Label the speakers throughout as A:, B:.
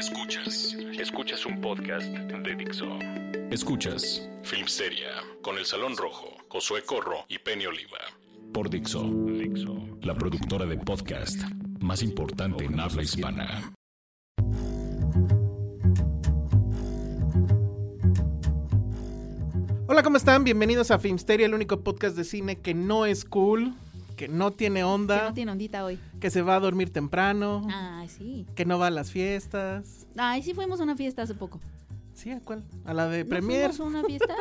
A: Escuchas, escuchas un podcast de Dixo. Escuchas Filmsteria con El Salón Rojo, Josué Corro y Penny Oliva. Por Dixo, la productora de podcast más importante en habla hispana.
B: Hola, ¿cómo están? Bienvenidos a Filmsteria, el único podcast de cine que no es cool, que no tiene
C: Que
B: onda,
C: no tiene Ah. ondita hoy.
B: que se va a dormir temprano,
C: Ay, sí.
B: que no va a las fiestas.
C: Ay, sí fuimos a una fiesta hace poco.
B: ¿Sí? ¿A cuál? ¿A la de
C: ¿No
B: Premier?
C: fuimos a una fiesta?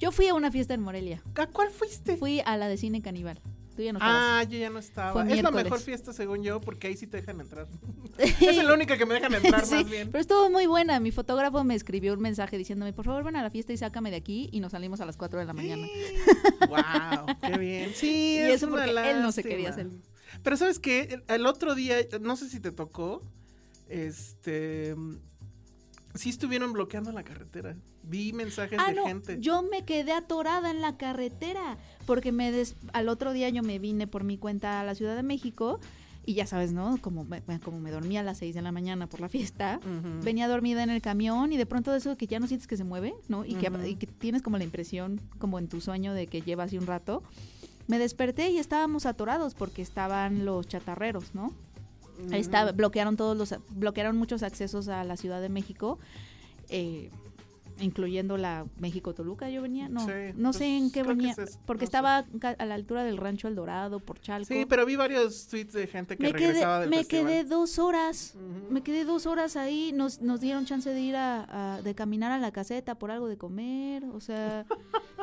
C: Yo fui a una fiesta en Morelia.
B: ¿A cuál fuiste?
C: Fui a la de cine caníbal. Tú ya no estabas.
B: Ah, yo ya no estaba.
C: Fue
B: es la
C: miércoles.
B: mejor fiesta según yo porque ahí sí te dejan entrar. es la única que me dejan entrar
C: Sí,
B: más bien.
C: pero estuvo muy buena. Mi fotógrafo me escribió un mensaje diciéndome, por favor, ven a la fiesta y sácame de aquí. Y nos salimos a las 4 de la mañana.
B: wow, qué bien. Sí,
C: Y
B: es
C: eso
B: una
C: porque él no se
B: lástima.
C: quería salir.
B: Pero sabes que el, el otro día, no sé si te tocó, este, sí estuvieron bloqueando la carretera. Vi mensajes
C: Ah,
B: de
C: no,
B: gente.
C: yo me quedé atorada en la carretera porque me des- al otro día yo me vine por mi cuenta a la Ciudad de México y ya sabes, ¿no? Como me, me- como me dormía a las 6 de la mañana por la fiesta,
B: Ujú.
C: venía dormida en el camión y de pronto de eso que ya no sientes que se mueve, ¿no? Y,
B: Ujú.
C: que, y que tienes como la impresión, como en tu sueño, de que lleva así un rato. Me desperté y estábamos atorados porque estaban los chatarreros, ¿no? Ahí está,
B: Mm.
C: bloquearon todos los bloquearon muchos accesos a la Ciudad de México, eh, incluyendo la México Toluca. Yo venía, no,
B: Sí,
C: no
B: pues,
C: sé en qué
B: creo que
C: venía,
B: es eso,
C: porque
B: no sé.
C: estaba ca- a la altura del Rancho El Dorado, por Chalco.
B: Sí, pero vi varios tweets de gente que
C: me quedé,
B: regresaba del
C: me
B: festival.
C: quedé dos horas,
B: Ujú.
C: me quedé dos horas ahí. Nos, nos dieron chance de ir a, a- de caminar a la caseta por algo de comer, o sea.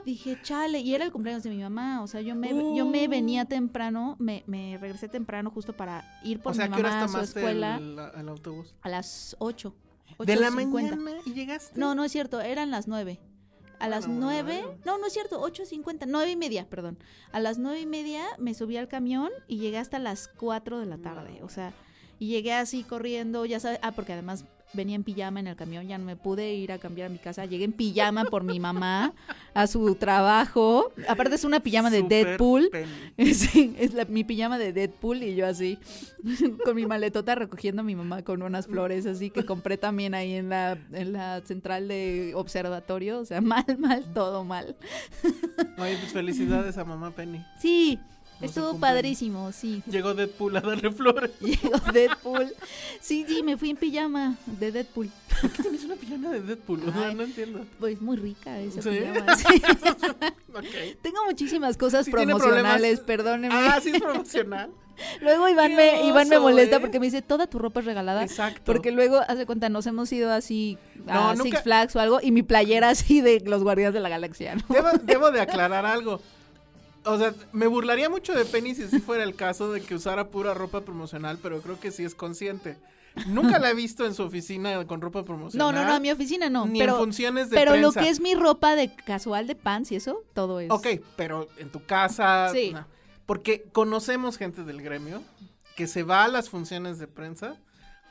C: Dije, chale, y era el cumpleaños de mi mamá, o sea, yo me, yo
B: Uh.
C: me venía temprano, me, me regresé temprano justo para ir por
B: o sea,
C: mi
B: ¿qué horas
C: mamá a su
B: tomaste
C: escuela.
B: el, el autobús?
C: A las 8.
B: ¿De la
C: 8:50.
B: mañana? ¿Y llegaste?
C: No, no es cierto, eran las 9. A las
B: Bueno,
C: 9.
B: bueno.
C: No, no es cierto, 8.50. 9 y media, perdón. A las 9 y media me subí al camión y llegué hasta las 4 de la tarde. O sea, y llegué así corriendo, ya sabes. Ah, porque además venía en pijama en el camión, ya no me pude ir a cambiar a mi casa. Llegué en pijama por mi mamá a su trabajo. Aparte es una pijama de
B: Súper
C: Deadpool.
B: peli.
C: Sí, es la- mi pijama de Deadpool y yo así, con mi maletota recogiendo a mi mamá con unas flores así que compré también ahí en la, en la central de observatorio. O sea, mal, mal, todo mal.
B: Oye, pues felicidades a mamá Penny.
C: Sí,
B: No se
C: estuvo
B: cumple.
C: padrísimo, sí.
B: Llegó Deadpool a darle flores.
C: Llegó Deadpool. Sí, sí, me fui en pijama de Deadpool.
B: ¿Por qué tienes una pijama de Deadpool? O sea,
C: Ay.
B: no entiendo.
C: Pues muy rica esa
B: ¿Sí?
C: pijama. sí.
B: Ok.
C: Tengo muchísimas cosas
B: Sí, tiene
C: promocionales,
B: problemas.
C: perdóneme.
B: Ah, sí es promocional.
C: Luego Iván
B: Qué
C: me, Iván me
B: oso,
C: molesta
B: ¿eh?
C: porque me dice, toda tu ropa es regalada.
B: Exacto.
C: Porque luego, hace cuenta, nos hemos ido así a
B: No, nunca-
C: Six Flags o algo y mi playera así de los Guardianes de la Galaxia, ¿no?
B: Debo, debo de aclarar algo. O sea, me burlaría mucho de Penny si así fuera el caso de que usara pura ropa promocional, pero creo que sí es consciente. Nunca la he visto en su oficina con ropa
C: No,
B: promocional.
C: no, no, a mi oficina no.
B: Ni
C: pero
B: en funciones de
C: pero lo
B: prensa.
C: que es mi ropa de casual, de pants y eso, todo es.
B: Ok, pero en tu casa.
C: Sí.
B: no. Porque conocemos gente del gremio que se va a las funciones de prensa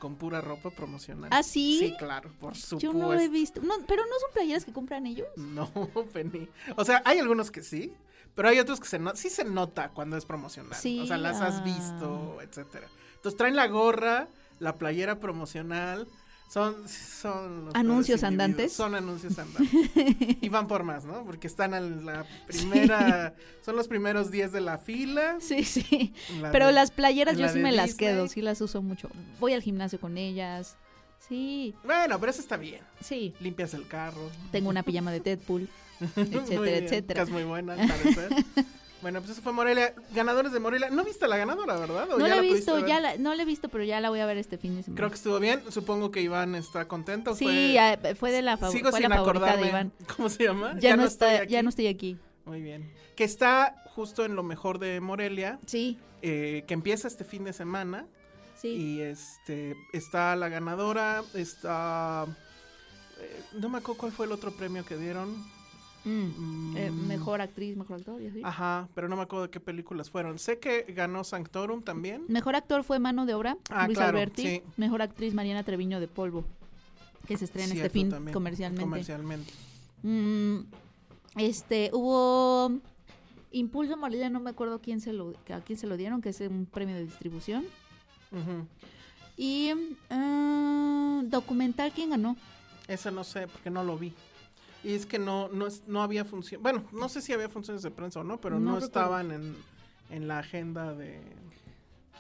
B: con pura ropa promocional.
C: ¿Ah, sí?
B: Sí, claro, por supuesto.
C: Yo no lo he visto. No, pero no son playeras que compran ellos.
B: No, Penny. O sea, hay algunos que sí, pero hay otros que se no- sí se nota cuando es promocional.
C: Sí,
B: o sea, las has
C: ah.
B: visto, etcétera. Entonces traen la gorra, la playera promocional, Son, son los
C: Anuncios
B: peores individuos,
C: andantes.
B: Son anuncios andantes. y van por más, ¿no? Porque están en la primera. Son los primeros 10 de la fila.
C: Sí, sí.
B: la
C: Pero
B: de-
C: las playeras yo
B: la
C: sí
B: de
C: me las
B: Disney.
C: quedo, sí las uso mucho. Voy al gimnasio con ellas. Sí,
B: Bueno, pero eso está bien.
C: sí.
B: Limpias el carro.
C: Tengo una pijama de Deadpool, etcétera,
B: Muy bien,
C: etcétera.
B: que es muy buena, al parecer. bueno, pues eso fue Morelia. Ganadores de Morelia. ¿No viste a la ganadora, verdad? ¿O
C: No
B: ya
C: la he
B: pudiste
C: visto,
B: ver?
C: ya la, no la he visto, pero ya la voy a ver este fin de semana.
B: Creo que estuvo bien. Supongo que Iván está contento.
C: sí,
B: fue...
C: ah, fue de la, fav-
B: Sigo
C: fue
B: sin
C: la favorita
B: acordarme.
C: de Iván.
B: ¿Cómo se llama?
C: Ya, no, está,
B: estoy
C: ya
B: aquí.
C: no estoy aquí.
B: Muy bien. Que está justo en lo mejor de Morelia,
C: Sí,
B: eh, que empieza este fin de semana.
C: sí.
B: Y este está la ganadora, está... eh, no me acuerdo cuál fue el otro premio que dieron.
C: Mm. Eh,
B: Mm, Ah.
C: mejor actriz, mejor actor, y así.
B: Ajá, pero no me acuerdo de qué películas fueron. Sé que ganó Sanctorum también.
C: Mejor actor fue Mano de Obra,
B: Ah,
C: Luis
B: claro,
C: Alberti.
B: sí.
C: Mejor actriz Mariana Treviño de Polvo, que se estrena este
B: Cierto,
C: fin
B: también,
C: comercialmente.
B: Comercialmente.
C: Mm, este, hubo Impulso Morelia, no me acuerdo quién se lo, a quién se lo dieron, que es un premio de distribución.
B: Ujú.
C: Y ah, documental, ¿quién ganó?
B: Ese no sé, porque no lo vi. Y es que no, no, es- no había función. Bueno, no sé si había funciones de prensa o no, pero
C: No
B: no,
C: recuerdo.
B: estaban en, en la agenda de,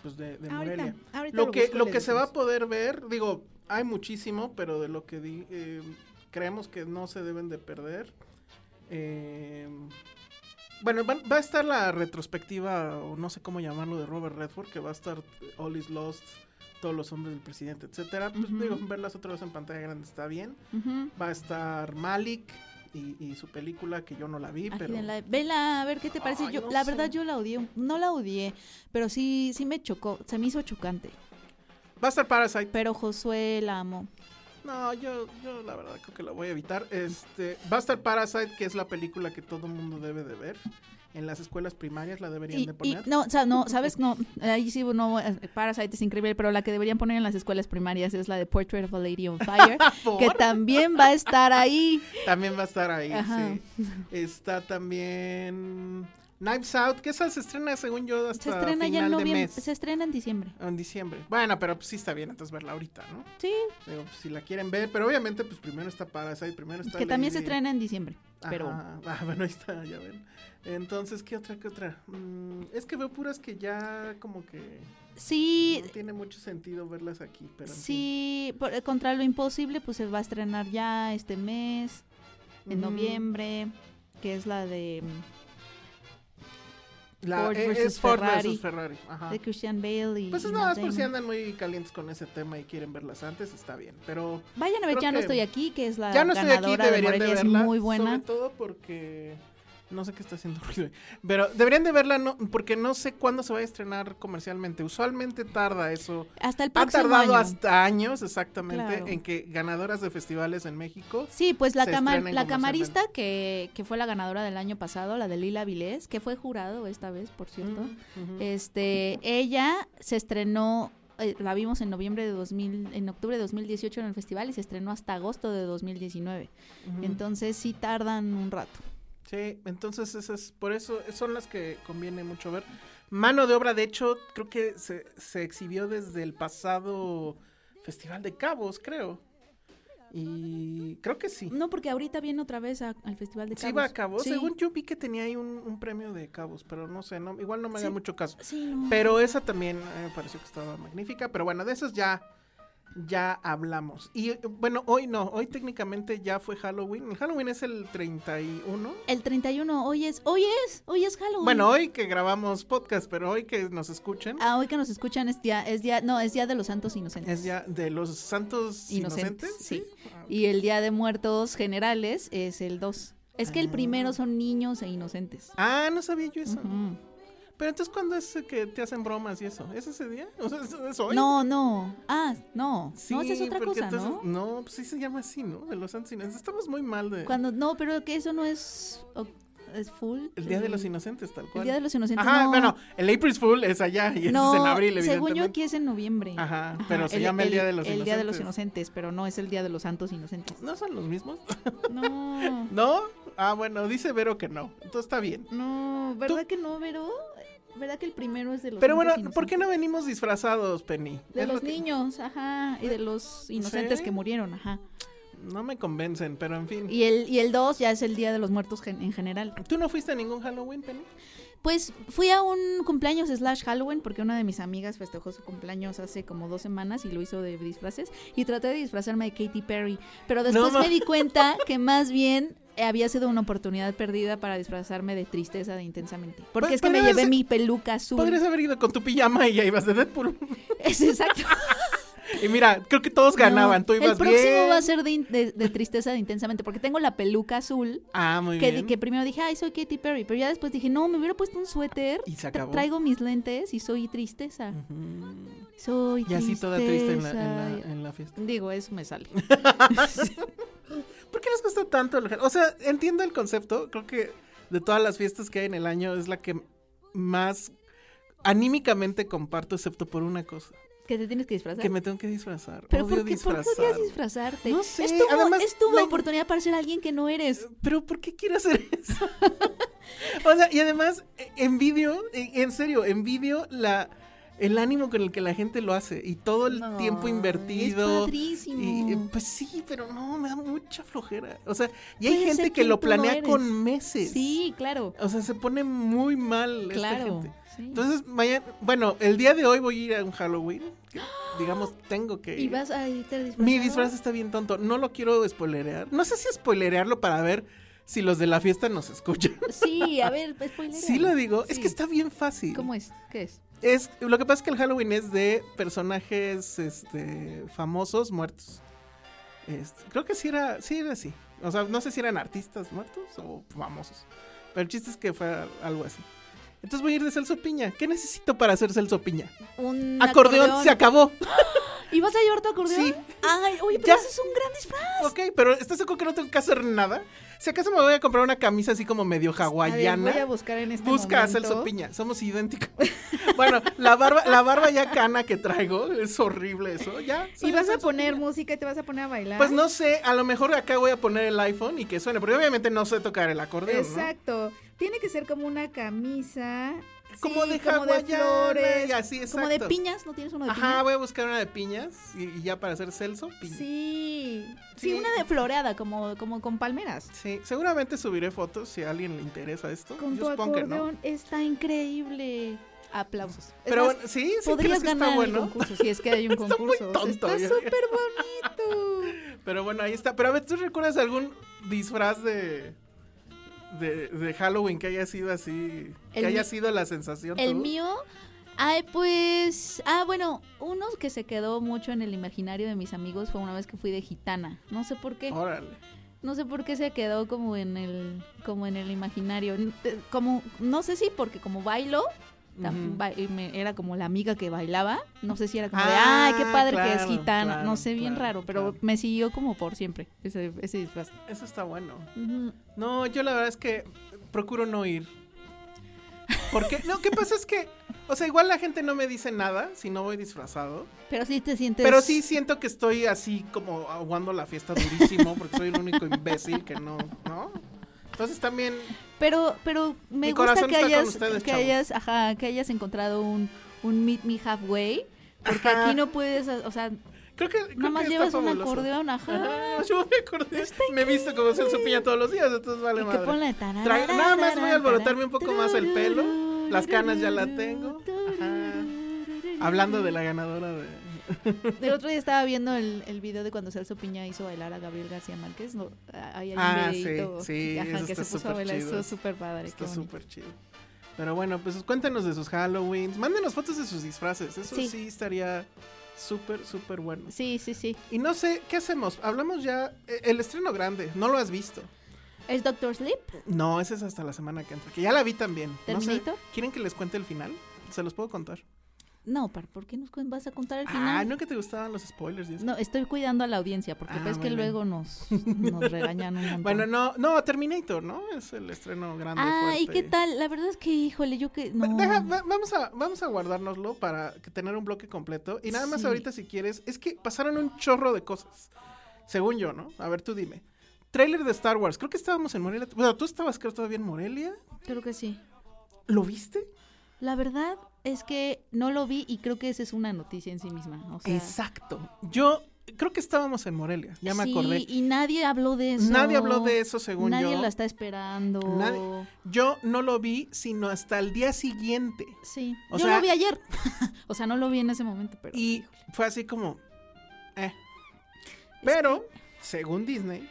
B: pues de, de Morelia.
C: ahorita
B: lo que,
C: busco y
B: lo
C: le
B: que se va a
C: decimos.
B: poder ver, digo, hay muchísimo, pero de lo que di- eh, creemos que no se deben de perder. eh, bueno, van- va, a estar la retrospectiva, o no sé cómo llamarlo, de Robert Redford, que va a estar All is Lost, Todos los Hombres del Presidente, etcétera. Pues,
C: Ujú.
B: digo, verlas otra vez en pantalla grande está bien.
C: Ujú.
B: Va a estar Malik y, y su película, que yo no la vi,
C: Aquí
B: pero...
C: venla, vela, a ver qué te parece.
B: Ay,
C: yo,
B: no
C: la
B: sé.
C: verdad, yo la odié. No la odié, pero sí, sí me chocó. Se me hizo chocante.
B: Va a estar Parasite.
C: Pero Josué la amó.
B: No, yo, yo la verdad creo que la voy a evitar. Este, va a estar Parasite, que es la película que todo mundo debe de ver. En las escuelas primarias la deberían
C: Y,
B: de
C: y-
B: poner.
C: no, o sea, no, sabes, no, ahí sí, no, eh, Parasite es increíble, pero la que deberían poner en las escuelas primarias es la de Portrait of a Lady on Fire,
B: ¿Por?
C: que también va a estar ahí.
B: También va a estar ahí,
C: Ajá.
B: sí. Está también Knives Out, que esa se estrena según yo hasta
C: Se estrena
B: final
C: ya en
B: de
C: noviembre,
B: mes.
C: se estrena en diciembre.
B: En diciembre. Bueno, pero pues sí está bien, entonces verla ahorita, ¿no?
C: Sí,
B: Digo, pues, si la quieren ver, pero obviamente pues primero está Parasite, primero está
C: que también se
B: Lady.
C: estrena en diciembre, pero
B: Ajá. Ah, bueno, ahí está, ya ven. Entonces, ¿qué otra, qué otra? Mm, es que veo puras que ya como que...
C: sí,
B: No tiene mucho sentido verlas aquí, pero. en
C: sí, por- eh, contra lo imposible, pues se va a estrenar ya este mes,
B: fin.
C: en
B: Ujú.
C: noviembre, que es la de,
B: La,
C: Ford
B: eh,
C: versus
B: es Ford
C: Ferrari.
B: versus Ferrari. Ajá.
C: de Christian Bale y
B: Ah. Pues es
C: y
B: nada más
C: Matt
B: por si
C: Damon.
B: andan muy calientes con ese tema y quieren verlas antes, está bien. Pero
C: Vayan a ver,
B: Creo
C: ya no
B: que-
C: estoy aquí, que es la
B: ya no estoy
C: ganadora
B: aquí,
C: de
B: deberían de,
C: Morelia, es
B: verla.
C: muy buena.
B: Sobre todo porque. No sé qué está haciendo ruido. ahí. Pero deberían de verla no, porque no sé cuándo se va a estrenar comercialmente. Usualmente tarda eso.
C: Hasta el
B: Ha
C: próximo
B: tardado
C: año.
B: hasta años exactamente
C: Claro.
B: en que ganadoras de festivales en México.
C: Sí, pues la,
B: se
C: cama-
B: estrenen
C: la
B: como
C: camarista que, que fue la ganadora del año pasado, la de Lila Vilés, que fue jurado esta vez, por cierto.
B: Ujú.
C: Este, ella se estrenó, eh, la vimos en noviembre de 2000, en octubre de 2018 en el festival y se estrenó hasta agosto de 2019.
B: Ujú.
C: Entonces sí tardan un rato.
B: Sí, entonces esas, por eso son las que conviene mucho ver. Mano de obra, de hecho, creo que se, se exhibió desde el pasado Festival de Cabos, creo. Y creo que sí.
C: No, porque ahorita viene otra vez a- al Festival de
B: Sí
C: Cabos.
B: va a Cabos.
C: Sí.
B: Según yo vi que tenía ahí un, un premio de Cabos, pero no sé, no, igual no me haga
C: Sí.
B: mucho caso.
C: Sí, no.
B: Pero esa también eh, me pareció que estaba magnífica. Pero bueno, de esas ya, ya hablamos. Y eh, bueno, hoy no, hoy técnicamente ya fue Halloween. El Halloween es el 31.
C: El 31, hoy es, hoy es, hoy es Halloween.
B: Bueno, hoy que grabamos podcast, pero hoy que nos escuchen
C: Ah, hoy que nos escuchan es día, es día, no, es día de los santos inocentes.
B: es ya de los santos inocentes. Ah,
C: Inocentes, Y el día de muertos generales es el 2. Es que el primero son niños e inocentes.
B: Ah, no sabía yo eso.
C: Mm.
B: Pero entonces, ¿cuándo es que te hacen bromas y eso? ¿Es ese día? O sea, ¿es, es hoy?
C: No, no. Ah, no.
B: Sí,
C: no, esa es otra
B: porque
C: cosa,
B: entonces-
C: ¿no?
B: No, pues sí se llama así, ¿no? De los santos inocentes. Estamos muy mal de.
C: Cuando, no, pero que eso no es, o- es full.
B: El día de los
C: inocentes.
B: inocentes, tal cual.
C: El día de los inocentes.
B: Ajá,
C: no.
B: bueno, el April Fool es allá y ese
C: No,
B: es en abril,
C: según yo
B: evidentemente.
C: aquí es en noviembre.
B: Ajá, pero se llama el Día de los
C: El día de los
B: Inocentes.
C: inocentes, pero no es el día de los santos inocentes.
B: ¿No son los mismos?
C: No,
B: ¿No? Ah, bueno, dice Vero que no. Entonces está bien.
C: no, ¿verdad que no, Vero? ¿Verdad que el primero es de los
B: Pero
C: santos
B: bueno, ¿por
C: inocentes?
B: qué no venimos disfrazados, Penny?
C: De
B: Es lo
C: los
B: que-
C: niños, ajá, y de los inocentes
B: ¿Sí?
C: que murieron, ajá.
B: No me convencen, pero en fin.
C: Y el, y el 2 ya es el Día de los Muertos gen- en general.
B: ¿Tú no fuiste a ningún Halloween, Penny?
C: Pues fui a un cumpleaños slash Halloween porque una de mis amigas festejó su cumpleaños hace como dos semanas y lo hizo de disfraces y traté de disfrazarme de Katy Perry, pero después
B: ma-
C: me di cuenta que más bien había sido una oportunidad perdida para disfrazarme de tristeza de intensamente, porque
B: Pues
C: es que me
B: podrías-
C: llevé mi peluca azul.
B: Podrías haber ido con tu pijama y ya ibas de Deadpool.
C: Es exacto.
B: y mira, creo que todos ganaban.
C: No,
B: Tú ibas
C: El próximo
B: bien.
C: va a ser de, in- de- de tristeza de intensamente porque tengo la peluca azul
B: Ah, muy
C: que,
B: bien.
C: que primero dije, ay, soy Katy Perry, pero ya después dije, no, me hubiera puesto un suéter,
B: Y se
C: tra-
B: acabó.
C: traigo mis lentes y soy tristeza.
B: Mm.
C: Soy
B: Y así toda triste en la, en la-
C: tristeza.
B: en la fiesta.
C: Digo, eso me sale.
B: ¿Por qué les gusta tanto el Halloween? O sea, entiendo el concepto. Creo que de todas las fiestas que hay en el año es la que más anímicamente comparto, excepto por una cosa.
C: que te tienes que disfrazar.
B: Que me tengo que disfrazar.
C: Pero
B: Odio
C: ¿por qué, ¿por qué
B: disfrazar.
C: podrías disfrazarte?
B: No sé,
C: es tu,
B: además,
C: es tu
B: la-
C: oportunidad para ser alguien que no eres.
B: Pero ¿por qué quiero hacer eso? o sea, y además eh, envidio, eh, en serio, envidio la el ánimo con el que la gente lo hace y todo el
C: No,
B: tiempo
C: es
B: invertido.
C: padrísimo.
B: Y, eh, pues sí, pero no, me da mucha flojera. O sea, y hay
C: Puedes ser
B: gente que
C: quien
B: lo
C: tú no
B: planea
C: eres.
B: con meses.
C: Sí, claro.
B: O sea, se pone muy mal esta
C: Claro.
B: gente.
C: sí.
B: Entonces, mañana, bueno, el día de hoy voy a ir a un Halloween. que, digamos, tengo que
C: y
B: ir.
C: vas a irte disfrazado.
B: eh, Mi disfraz está bien tonto. No lo quiero spoilerear. No sé si spoilerearlo para ver si los de la fiesta nos escuchan.
C: Sí, a ver, spoiler.
B: Sí lo digo. Es
C: Sí.
B: que está bien fácil.
C: ¿Cómo es? ¿Qué es?
B: Es, lo que pasa es que el Halloween es de personajes este, famosos muertos. Este, creo que sí era, sí era así. O sea, no sé si eran artistas muertos o famosos. Pero el chiste es que fue algo así. Entonces voy a ir de Celso Piña. ¿Qué necesito para hacer Celso Piña?
C: Un
B: Acordeón, se acabó.
C: ¿Y vas a llevar tu acordeón?
B: Sí.
C: Ay, oye,
B: Ya.
C: pero eso es un gran disfraz.
B: Ok, pero ¿estás seguro que no tengo que hacer nada? Si acaso me voy a comprar una camisa así como medio hawaiana.
C: A ver, voy a buscar en este
B: Busca a
C: momento.
B: Celso Piña, somos idénticos. bueno, la barba, la barba ya cana que traigo, es horrible eso, ya. soy
C: Y vas a
B: Celso
C: poner
B: Piña.
C: música y te vas a poner a bailar.
B: Pues no sé, a lo mejor acá voy a poner el iPhone y que suene, porque obviamente no sé tocar el acordeón, ¿no?
C: Exacto. Tiene que ser como una camisa. sí,
B: Como de hawaiana y así,
C: Como de
B: exacto.
C: piñas, ¿no tienes uno de
B: Ajá,
C: piñas?
B: voy a buscar una de piñas y, y ya para hacer Celso Piña.
C: Sí.
B: Sí.
C: Sí, una de floreada, como, como con palmeras.
B: Sí, seguramente subiré fotos si a alguien le interesa esto.
C: Con
B: Yo
C: tu
B: supongo que
C: acordeón.
B: no.
C: Está increíble. Aplausos. Es
B: Pero
C: más,
B: bueno, sí, sí crees
C: podrías
B: que
C: ganar
B: está
C: el
B: bueno.
C: concurso si es que hay un
B: Está muy
C: concurso. O sea,
B: tonto, ¿eh?
C: Está
B: yo-
C: súper bonito.
B: Pero bueno, ahí está. Pero a ver, ¿tú recuerdas algún disfraz de, de, de Halloween que haya sido así? que
C: El
B: haya
C: mi-
B: sido la sensación.
C: El
B: tú?
C: mío, ay, pues, ah, bueno, uno que se quedó mucho en el imaginario de mis amigos fue una vez que fui de gitana. No sé por qué,
B: Órale.
C: no sé por qué se quedó como en el, como en el imaginario, N- eh, como, no sé si porque como bailo. tam-
B: Ujú.
C: ba- y me- Era como la amiga que bailaba. No sé si era como de,
B: Ah,
C: ay, qué padre que es
B: claro,
C: gitana.
B: claro,
C: no sé, bien
B: claro,
C: raro, pero
B: claro.
C: me siguió como por siempre ese, ese disfraz.
B: Eso está bueno.
C: Ujú.
B: No, yo la verdad es que procuro no ir. Porque, no, ¿qué pasa? Es que, o sea, igual la gente no me dice nada si no voy disfrazado.
C: Pero sí te sientes.
B: Pero sí siento que estoy así como aguando la fiesta durísimo porque soy el único imbécil que no, ¿no? Entonces también,
C: Pero, pero me
B: Mi
C: gusta
B: corazón
C: que
B: está con
C: hayas,
B: ustedes,
C: que
B: chavos.
C: hayas, ajá, que hayas encontrado un, un meet me halfway. Porque
B: Ajá.
C: aquí no puedes, o sea,
B: creo que... Creo
C: nada más
B: que está
C: llevas un
B: fabuloso.
C: acordeón, ajá.
B: Ajá, Ah, yo me acordé. Me he visto como Celso Piña todos los días, entonces vale
C: Y que
B: madre.
C: ponla de
B: Tra-
C: tararara,
B: nada más voy a alborotarme
C: tarara,
B: un poco más el pelo. Las canas ya la tengo. Ajá. Hablando de la ganadora de.
C: El otro día estaba viendo el, el video de cuando Celso Piña hizo bailar a Gabriel García Márquez. No, ahí hay un
B: Ah, sí,
C: videíto
B: sí,
C: que- ajá,
B: eso
C: que
B: está
C: se puso a
B: súper
C: bailar.
B: chido.
C: Eso es súper padre.
B: Está
C: qué bonito.
B: súper chido. Pero bueno, pues cuéntenos de sus Halloweens. Mándenos fotos de sus disfraces. Eso sí,
C: Sí.
B: estaría súper, súper bueno.
C: Sí, sí, sí.
B: Y no sé, ¿qué hacemos? Hablamos ya. eh, El estreno grande, no lo has visto.
C: ¿Es Doctor Sleep?
B: No, ese es hasta la semana que entra. Que ya la vi también. No sé,
C: ¿Terminator?
B: ¿Quieren que les cuente el final? Se los puedo contar.
C: No, par, ¿por qué nos cu- vas a contar el
B: Ah,
C: final?
B: no que te gustaban los spoilers. y eso?
C: No, estoy cuidando a la audiencia porque
B: Ah,
C: ves
B: muy
C: que
B: bien.
C: luego nos, nos regañan un montón.
B: Bueno, no, no, Terminator, ¿no? Es el estreno grande.
C: ah, ¿y
B: fuerte.
C: qué tal? La verdad es que, híjole, yo que no.
B: Deja- va- vamos, a, vamos a guardárnoslo para que tener un bloque completo. Y nada más
C: Sí.
B: ahorita si quieres, es que pasaron un chorro de cosas. Según yo, ¿no? A ver, tú dime. Trailer de Star Wars. Creo que estábamos en Morelia. Bueno, tú estabas creo todavía en Morelia.
C: Creo que sí.
B: ¿Lo viste?
C: La verdad es que no lo vi y creo que esa es una noticia en sí misma. O sea,
B: Exacto. Yo creo que estábamos en Morelia, ya me
C: sí,
B: acordé.
C: Y nadie habló de eso.
B: Nadie habló de eso, según
C: nadie
B: yo.
C: la está esperando.
B: Nadie- Yo no lo vi sino hasta el día siguiente.
C: Sí.
B: O
C: yo
B: sea-
C: lo vi ayer. o sea, no lo vi en ese momento, pero.
B: Y fue así como... Eh. Pero, según Disney,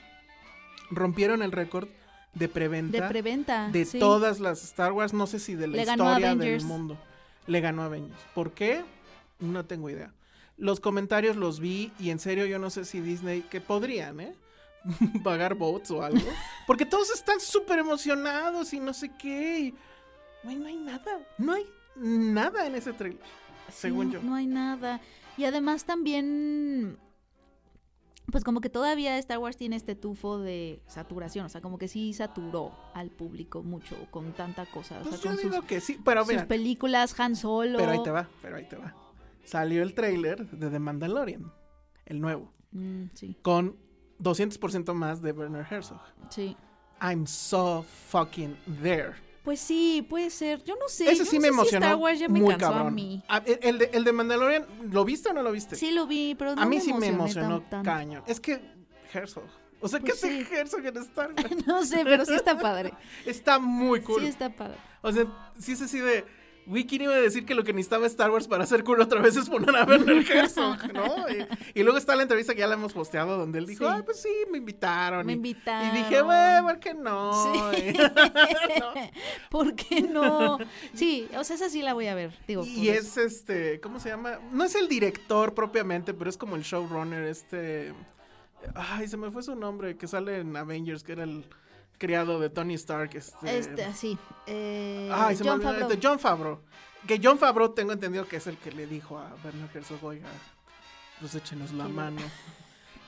B: rompieron el récord de preventa
C: de
B: de,
C: preventa. sí.
B: todas las Star Wars, no sé si de la
C: Le ganó a
B: historia del
C: Avengers.
B: mundo. Le ganó a Avengers. ¿Por qué? No tengo idea. Los comentarios los vi y en serio yo no sé si Disney, que podrían, ¿eh? Pagar bots o algo. Porque todos están súper emocionados y no sé qué. y, güey, no hay nada. No hay nada en ese trailer. según
C: no,
B: yo.
C: No hay nada. Y además también. Pues como que todavía Star Wars tiene este tufo de saturación. O sea, como que sí saturó al público mucho con tanta cosa. O sea,
B: Pues yo
C: con sus,
B: digo que sí, pero
C: sus
B: mira,
C: películas, Han Solo.
B: pero ahí te va, pero ahí te va. Salió el trailer de The Mandalorian, el nuevo,
C: Mm, sí,
B: con 200% más de Werner Herzog.
C: sí.
B: I'm so fucking there.
C: Pues sí, puede ser. Yo no sé.
B: Ese
C: yo
B: sí
C: no
B: me
C: sé si
B: emocionó
C: Star Wars ya me
B: muy
C: cansó
B: cabrón.
C: a mí.
B: Ah, el- el, de, el de Mandalorian, ¿lo viste o no lo viste?
C: Sí lo vi, pero no
B: a mí
C: me
B: sí me
C: emocioné
B: emocionó
C: tan- tanto.
B: caño. Es que Herzog. O sea,
C: Pues
B: ¿qué hace
C: sí.
B: Herzog en Star Wars?
C: No sé, pero sí está padre.
B: Está muy cool.
C: Sí está padre.
B: O sea, sí es así de. Güey, ¿quién iba a decir que lo que necesitaba Star Wars para hacer cool otra vez es poner a Werner Herzog, no? Y, y luego está la entrevista que ya la hemos posteado donde él dijo,
C: Sí.
B: ay, pues sí, me invitaron.
C: Me
B: Y-
C: invitaron.
B: Y dije, güey, ¿por qué no?
C: Sí. ¿Por qué no? Sí, o sea, esa sí la voy a ver. Digo,
B: Y
C: por eso.
B: es este, ¿cómo se llama? No es el director propiamente, pero es como el showrunner, este... Ay, se me fue su nombre, que sale en Avengers, que era el criado de Tony Stark, este...
C: Este, así. eh,
B: Ay, se
C: John
B: me olvidó,
C: Favreau.
B: este, John Favreau. Que John Favreau tengo entendido que es el que le dijo a Bernard Herzog, oiga, pues échenos la
C: Quiero-
B: mano.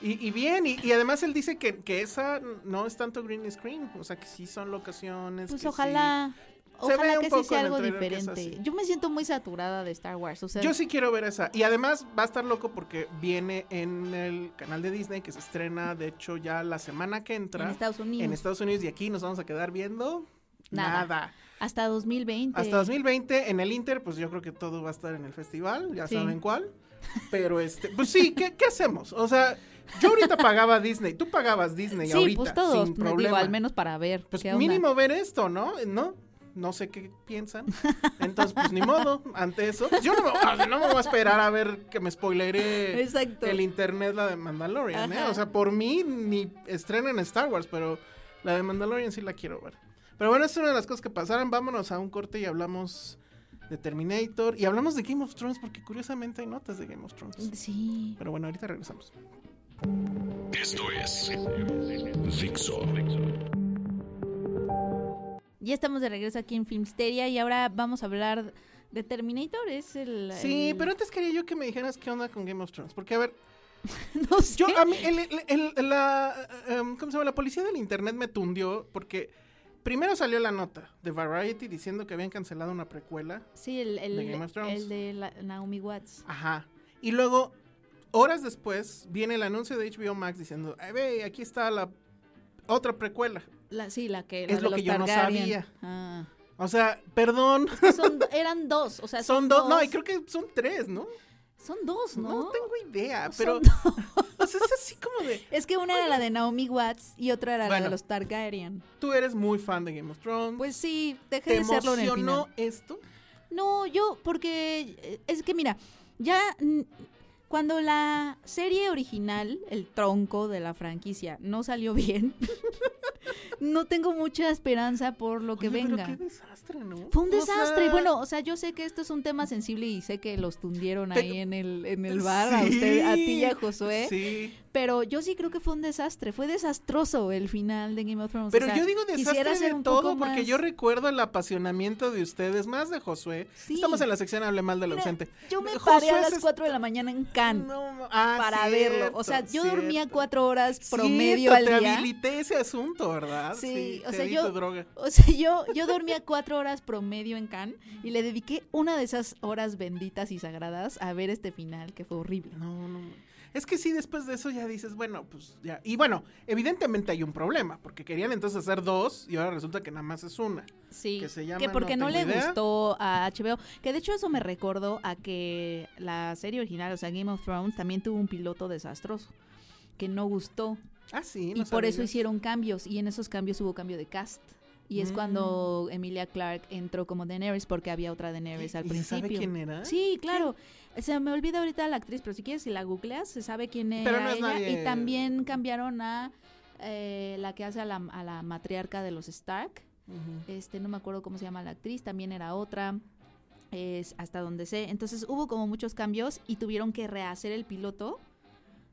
B: Y, y bien, y, y además él dice que, que esa no es tanto green screen, o sea que sí son locaciones. que
C: Pues
B: sí.
C: ojalá.
B: Se ve
C: Ojalá
B: un
C: que
B: poco
C: sí sea
B: en el
C: algo
B: trailer que es
C: diferente.
B: así.
C: Yo me siento muy saturada de Star Wars. O sea,
B: Yo sí quiero ver esa. Y además va a estar loco porque viene en el canal de Disney que se estrena, de hecho, ya la semana que entra.
C: en Estados Unidos.
B: En Estados Unidos y aquí nos vamos a quedar viendo
C: Nada.
B: nada.
C: Hasta 2020.
B: Hasta 2020 en el Inter, pues yo creo que todo va a estar en el festival, ya
C: Sí.
B: saben cuál. Pero este, pues sí, ¿qué, qué hacemos? O sea, yo ahorita pagaba Disney, tú pagabas Disney
C: Sí,
B: ahorita
C: pues todos.
B: sin
C: me
B: problema.
C: Digo, al menos para ver.
B: pues
C: qué onda.
B: mínimo ver esto, ¿no? No, no sé qué piensan. Entonces, pues ni modo, ante eso. Pues, yo no me, o sea, no me voy a esperar a ver que me spoilere
C: Exacto.
B: el internet la de Mandalorian, ¿eh?
C: Ajá.
B: O sea, por mí ni estrenan Star Wars, pero la de Mandalorian sí la quiero ver. Pero bueno, esa es una de las cosas que pasaron. Vámonos a un corte y hablamos de Terminator. Y hablamos de Game of Thrones, porque curiosamente hay notas de Game of Thrones.
C: Sí.
B: Pero bueno, ahorita regresamos.
A: Esto es Dixo.
C: Ya estamos de regreso aquí en Filmsteria y ahora vamos a hablar de Terminator. Es el.
B: Sí,
C: el-
B: pero antes quería yo que me dijeras qué onda con Game of Thrones. Porque, a ver,
C: No sé.
B: Yo, a mí, el- el- el- la, em, ¿cómo se llama? La policía del internet me tundió porque primero salió la nota de Variety diciendo que habían cancelado una precuela.
C: Sí, el, el,
B: De Game of Thrones.
C: el de la- Naomi Watts.
B: Ajá. Y luego, horas después, viene el anuncio de HBO Max diciendo, "Ay, ve, aquí está la otra precuela.
C: La, sí, la que.
B: Es
C: la de
B: lo
C: los
B: que yo no
C: Targaryen.
B: sabía.
C: Ah.
B: O sea, perdón.
C: Son, eran dos, o sea,
B: Son dos, no, y creo que son tres, ¿no?
C: Son dos, ¿no?
B: No, tengo idea,
C: Son
B: pero...
C: dos.
B: O sea, es así como de...
C: Es que una era la de Naomi Watts y otra era la
B: Bueno.
C: de los Targaryen.
B: Tú eres muy fan de Game of Thrones.
C: Pues sí, dejé
B: ¿Te
C: de serlo en el
B: emocionó
C: final.
B: esto?
C: No, yo, porque eh, es que mira, ya mm, cuando la serie original, el tronco de la franquicia, no salió bien, no tengo mucha esperanza por lo que
B: Oye,
C: venga.
B: Pero qué desastre, ¿no?
C: Fue un
B: O
C: desastre. y
B: sea,
C: bueno, o sea, yo sé que esto es un tema sensible y sé que los tundieron
B: Pe-
C: ahí en el, en el bar, a usted, a ti y a
B: sí,
C: Josué.
B: Sí.
C: Pero yo sí creo que fue un desastre. Fue desastroso el final de Game of Thrones.
B: Pero
C: o sea,
B: yo digo
C: quisiera
B: desastre
C: ser
B: de
C: un
B: todo
C: poco
B: porque
C: más-
B: yo recuerdo el apasionamiento de ustedes, más de Josué.
C: Sí.
B: Estamos en la sección Hable mal del
C: Mira,
B: ausente.
C: Yo me
B: Josué
C: paré a
B: se
C: las
B: est-
C: 4 de la mañana en Cannes
B: No, no, ah,
C: para
B: cierto,
C: verlo. O sea, yo dormía
B: cierto.
C: 4 horas promedio
B: Cierto,
C: al
B: te
C: día.
B: habilité ese asunto, ¿verdad?
C: Sí, o
B: te
C: sea,
B: di
C: yo-
B: tu droga.
C: O sea, yo, yo dormía cuatro horas promedio en Cannes y le dediqué una de esas horas benditas y sagradas a ver este final que fue horrible.
B: No, no. Es que sí, después de eso ya ya dices, bueno, pues ya. Y bueno, evidentemente hay un problema, porque querían entonces hacer dos y ahora resulta que nada más es una.
C: Sí,
B: que
C: que,
B: se llama
C: porque no,
B: No
C: le
B: tengo idea.
C: gustó a HBO. Que de hecho eso me recordó a que la serie original, o sea, Game of Thrones, también tuvo un piloto desastroso que no gustó.
B: Ah, sí.
C: Y
B: no
C: por
B: sabía
C: eso
B: yo.
C: hicieron cambios. Y en esos cambios hubo cambio de cast. Y es cuando Emilia Clark entró como Daenerys porque había otra Daenerys al
B: Mm. ¿Y se
C: principio.
B: sabe quién era?
C: Sí, claro. Se me olvida ahorita la actriz, pero si quieres, si la googleas, se sabe quién era
B: Pero no es
C: ella.
B: nadie-
C: Y también cambiaron a eh, la que hace a la, a la matriarca de los Stark.
B: Ujú.
C: Este, no me acuerdo cómo se llama la actriz, también era otra. Es hasta donde sé. Entonces hubo como muchos cambios y tuvieron que rehacer el piloto.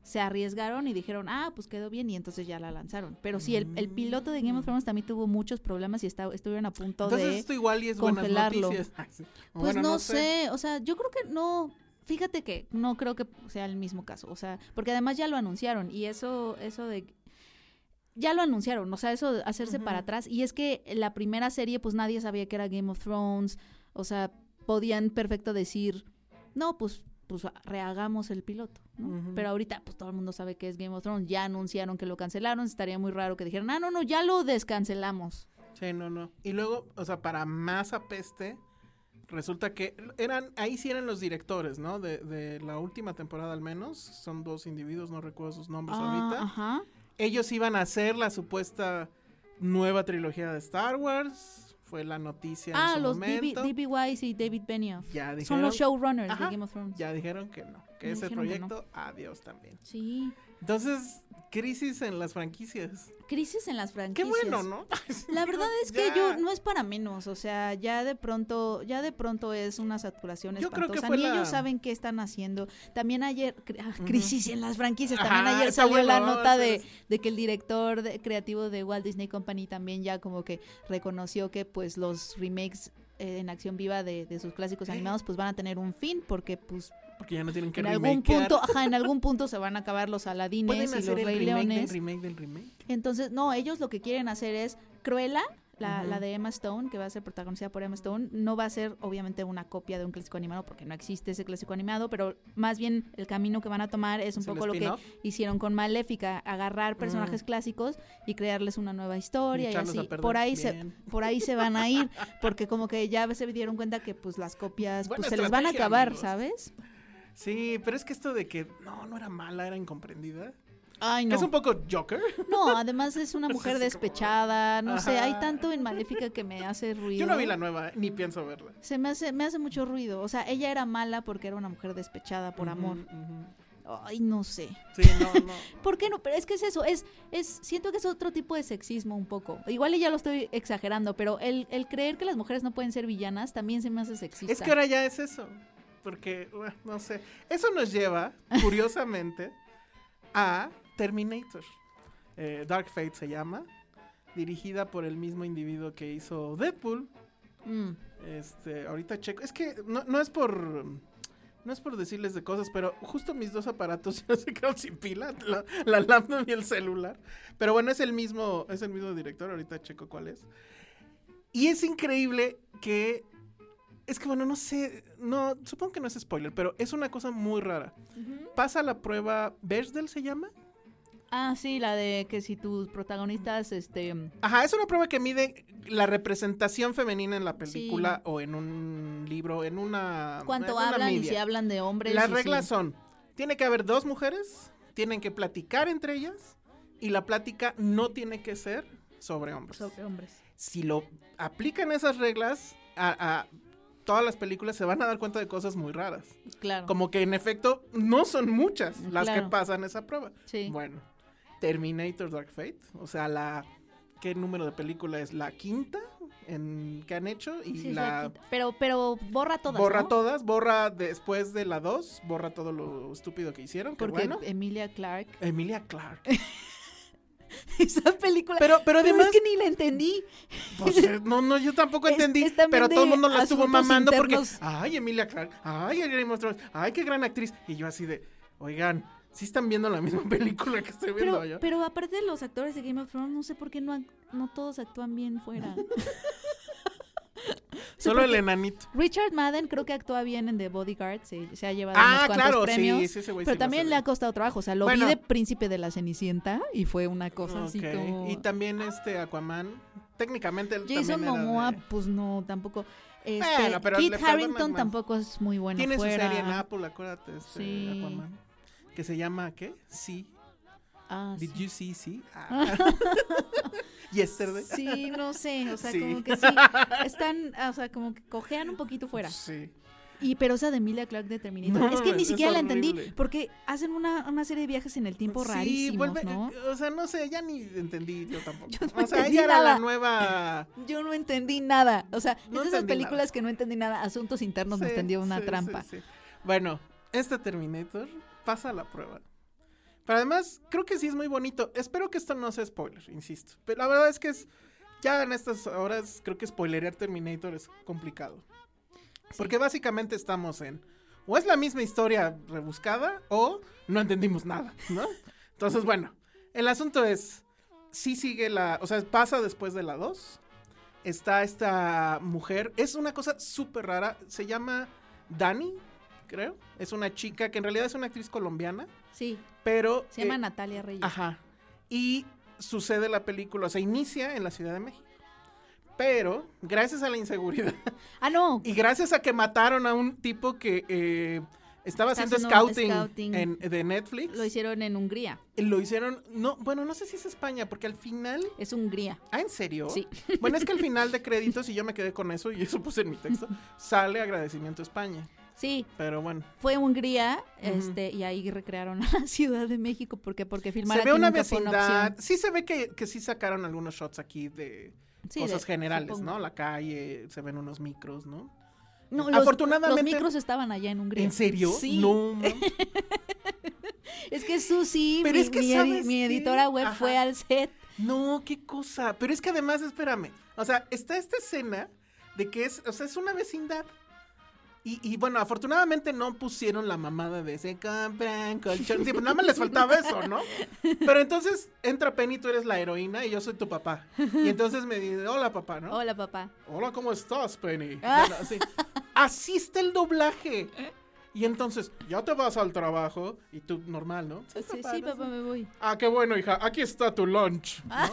C: Se arriesgaron y dijeron, ah, pues quedó bien, y entonces ya la lanzaron. Pero sí, el, el piloto de Game of Thrones también tuvo muchos problemas y está- estuvieron a punto
B: Entonces
C: de.
B: esto igual y es
C: congelarlo.
B: buenas noticias. Ah, sí. O
C: Pues
B: bueno,
C: no, sé. o sea, yo creo que no. Fíjate que no creo que sea el mismo caso, o sea, porque además ya lo anunciaron y eso eso de ya lo anunciaron, o sea, eso de hacerse para atrás y es que la primera serie pues nadie sabía que era Game of Thrones, o sea, podían perfecto decir, no, pues pues rehagamos el piloto, ¿no? Pero ahorita pues todo el mundo sabe que es Game of Thrones, ya anunciaron que lo cancelaron, estaría muy raro que dijeran, "Ah, no, no, ya lo descancelamos."
B: Sí, no, no. Y luego, o sea, para más apeste, resulta que eran, ahí sí eran los directores, ¿no? De, de la última temporada al menos, son dos individuos, no recuerdo sus nombres
C: Ah,
B: Pues, ahorita.
C: Ajá.
B: Ellos iban a hacer la supuesta nueva trilogía de Star Wars, fue la noticia en
C: Ah,
B: su
C: los DB
B: momento.
C: D.B. Wise y David Benioff.
B: Ya
C: Son los
B: dijeron-
C: showrunners
B: Ajá,
C: de Game of Thrones.
B: Ya dijeron que no, que
C: Ya
B: ese
C: dijeron que no.
B: proyecto, adiós también.
C: Sí.
B: Entonces, crisis en las franquicias.
C: Crisis en las
B: Qué
C: franquicias.
B: bueno, ¿no?
C: La verdad es que
B: Ya.
C: yo no es para menos, o sea, ya de pronto, ya de pronto es una saturación
B: Yo creo
C: espantosa.
B: que fue
C: Ni
B: la-
C: ellos saben qué están haciendo. También ayer cri- ah, crisis en las franquicias. También
B: Ajá,
C: ayer
B: está
C: salió
B: bueno,
C: la
B: vamos a
C: nota
B: hacer
C: de,
B: eso.
C: de que el director de- creativo de Walt Disney Company también ya como que reconoció que pues los remakes eh, en acción viva de, de sus clásicos animados pues van a tener un fin porque pues
B: Porque ya no tienen que
C: en algún
B: remakear.
C: punto, ajá, en algún punto se van a acabar los
B: Pueden
C: Aladines y los
B: hacer el
C: Rey
B: remake
C: Leones.
B: del remake del remake.
C: Entonces, no, ellos lo que quieren hacer es Cruella, la, la de Emma Stone, que va a ser protagonizada por Emma Stone, no va a ser obviamente una copia de un clásico animado porque no existe ese clásico animado, pero más bien el camino que van a tomar es un
B: ¿Es el
C: poco lo que
B: spin-off? Mm.
C: hicieron con Maléfica, agarrar personajes clásicos y crearles una nueva historia y,
B: echarlos a
C: así.
B: perder.
C: Por ahí se
B: Bien.
C: por ahí se van a ir porque como que ya se dieron cuenta que pues las copias pues,
B: Buena
C: se les van a
B: estrategia,
C: acabar,
B: amigos.
C: ¿sabes?
B: Sí, pero es que esto de que no, no era mala, era incomprendida.
C: Ay,
B: Que
C: no.
B: Es un poco Joker.
C: No, además es una mujer
B: Así como-
C: despechada, no sé, hay
B: Ajá.
C: tanto en Maléfica que me hace ruido.
B: Yo no vi la nueva, eh, ni pienso verla.
C: Se me hace, me hace mucho ruido. O sea, ella era mala porque era una mujer despechada por amor. Ay, no sé.
B: Sí, no, no.
C: ¿Por qué no? Pero es que es eso, es, es, siento que es otro tipo de sexismo un poco. Igual y ya lo estoy exagerando, pero el, el creer que las mujeres no pueden ser villanas también se me hace sexista.
B: Es que ahora ya es eso. Porque, bueno, no sé. Eso nos lleva, curiosamente, a Terminator. Eh, Dark Fate se llama. Dirigida por el mismo individuo que hizo Deadpool.
C: Mm.
B: Este, ahorita checo. Es que no, no es por. No es por decirles de cosas, pero justo mis dos aparatos ya se quedaron sin pila, la, la laptop y el celular. Pero bueno, es el mismo, es el mismo director, ahorita checo cuál es. Y es increíble que. Es que bueno, no sé. No, supongo que no es spoiler, pero es una cosa muy rara. Pasa la prueba. ¿Bechdel se llama?
C: Ah, sí, la de que si tus protagonistas, este,
B: Ajá, es una prueba que mide la representación femenina en la
C: Sí.
B: película o en un libro, en una. en
C: cuánto
B: una
C: hablan y
B: media.
C: si hablan de hombres.
B: Las
C: y
B: reglas
C: si-
B: son, tiene que haber dos mujeres, tienen que platicar entre ellas y la plática no tiene que ser sobre hombres.
C: sobre hombres.
B: Si lo aplican esas reglas a, a todas las películas se van a dar cuenta de cosas muy raras.
C: Claro.
B: Como que en efecto no son muchas las
C: Claro.
B: que pasan esa prueba.
C: Sí.
B: Bueno, Terminator Dark Fate, o sea, la ¿qué número de película es? La quinta en que han hecho y
C: Sí, es
B: la
C: la quinta. Pero, pero borra todas.
B: borra
C: ¿no?
B: todas, borra después de la 2, borra todo lo estúpido que hicieron. que
C: Porque
B: bueno.
C: Emilia Clark.
B: Emilia Clark.
C: Esa película.
B: Pero- pero además-
C: es que ni la entendí.
B: Pues, eh, no, no, yo tampoco
C: Es-
B: entendí.
C: es también
B: pero todo el
C: de
B: mundo la estuvo
C: asuntos
B: mamando
C: internos.
B: porque. Ay, Emilia Clark. Ay, Game of Thrones. Ay, qué gran actriz. Y yo así de. Oigan, sí están viendo la misma película que estoy viendo
C: Pero,
B: yo.
C: pero aparte de los actores de Game of Thrones, no sé por qué no, ac- no todos actúan bien fuera.
B: Solo el
C: porque
B: enanito.
C: Richard Madden creo que actúa bien en The Bodyguard, se, se ha llevado
B: Ah,
C: unos cuantos
B: claro,
C: premios.
B: sí, sí, ese güey
C: pero
B: sí lo
C: también
B: hace
C: le ha
B: bien.
C: costado trabajo, o sea, lo
B: Bueno.
C: vi de Príncipe de la Cenicienta y fue una cosa así
B: Ok,
C: como...
B: Y también este Aquaman. Técnicamente él
C: Jason
B: también era
C: Momoa,
B: de-
C: pues no, tampoco. Este,
B: Bueno, pero
C: Kit
B: le perdonan
C: Harrington
B: más.
C: tampoco es muy bueno
B: Tiene
C: fuera.
B: su serie en Apple, acuérdate, este
C: Sí.
B: Aquaman. Que se llama ¿qué? Sí.
C: Ah,
B: Did
C: sí.
B: you see sí? Ah. Yesterday.
C: Sí, no sé, o sea,
B: Sí.
C: como que sí. Están, ah, o sea, como que cojean un poquito fuera.
B: Sí.
C: Y pero esa de Emilia Clark de Terminator.
B: No,
C: es que ni
B: es
C: siquiera la entendí
B: horrible.
C: porque hacen una, una serie de viajes en el tiempo rarísimos,
B: vuelve- eh,
C: ¿no?
B: O sea, no sé, ya ni entendí yo tampoco.
C: Yo no
B: o sea,
C: entendí
B: ella era
C: nada.
B: la nueva.
C: Yo no entendí nada. O sea,
B: No
C: es de esas
B: entendí
C: películas
B: nada.
C: que no entendí nada. Asuntos internos me
B: Sí,
C: tendió una
B: sí, sí,
C: trampa.
B: sí. Bueno, este Terminator pasa la prueba. Pero además, creo que sí es muy bonito. Espero que esto no sea spoiler, insisto. Pero la verdad es que es. Ya en estas horas, creo que spoilerear Terminator es complicado. Porque básicamente estamos en. O es la misma historia rebuscada, o no entendimos nada, ¿no? Entonces, bueno, el asunto es. Sí sigue la. O sea, pasa después de la 2 está esta mujer. Es una cosa súper rara. Se llama Dani, creo. Es una chica que en realidad es una actriz colombiana,
C: Sí,
B: pero...
C: se llama
B: eh,
C: Natalia Reyes.
B: Ajá. Y sucede la película, se inicia en la Ciudad de México. Pero, gracias a la inseguridad
C: Ah, no.
B: y gracias a que mataron a un tipo que eh, estaba
C: Está
B: haciendo
C: haciendo
B: scouting,
C: scouting.
B: en- de Netflix,
C: Lo hicieron en Hungría.
B: lo hicieron, no, bueno, no sé si es España, porque al final
C: Es Hungría.
B: ¿Ah, en serio?
C: Sí.
B: Bueno, es que al final de créditos, y yo me quedé con eso, y eso puse en mi texto, sale agradecimiento a España.
C: Sí,
B: Pero bueno.
C: fue Hungría,
B: Ujú.
C: este, y ahí recrearon a la Ciudad de México porque porque filmar
B: se
C: aquí
B: ve una
C: nunca fue
B: vecindad.
C: opción.
B: sí se ve que, que sí sacaron algunos shots aquí de
C: Sí,
B: cosas
C: de-
B: generales,
C: supongo.
B: ¿no? La calle, se ven unos micros, ¿no?
C: No, los,
B: Afortunadamente-
C: los micros estaban allá en Hungría.
B: ¿En serio?
C: Sí.
B: No. mam.
C: Es que Susi,
B: Pero
C: mi,
B: es que
C: mi edi-
B: ¿sabes
C: mi
B: qué?
C: editora web
B: Ajá.
C: fue al set.
B: No, qué cosa. Pero es que además, espérame. O sea, está esta escena de que es, o sea, es una vecindad. Y, y bueno, afortunadamente no pusieron la mamada de se compran colchones. Sí, pues nada más les faltaba eso, ¿no? Pero entonces entra Penny, tú eres la heroína y yo soy tu papá. Y entonces me dice, hola papá, ¿no?
C: Hola, papá.
B: Hola, ¿cómo estás, Penny?
C: Ah. ¿Eh?
B: Bueno, así. Así está el doblaje. Y entonces, ya te vas al trabajo y tú normal, ¿no?
C: Sí,
B: papá,
C: sí,
B: no
C: papá, me voy.
B: Ah, qué bueno, hija. Aquí está tu lunch. ¿no?
C: Ah.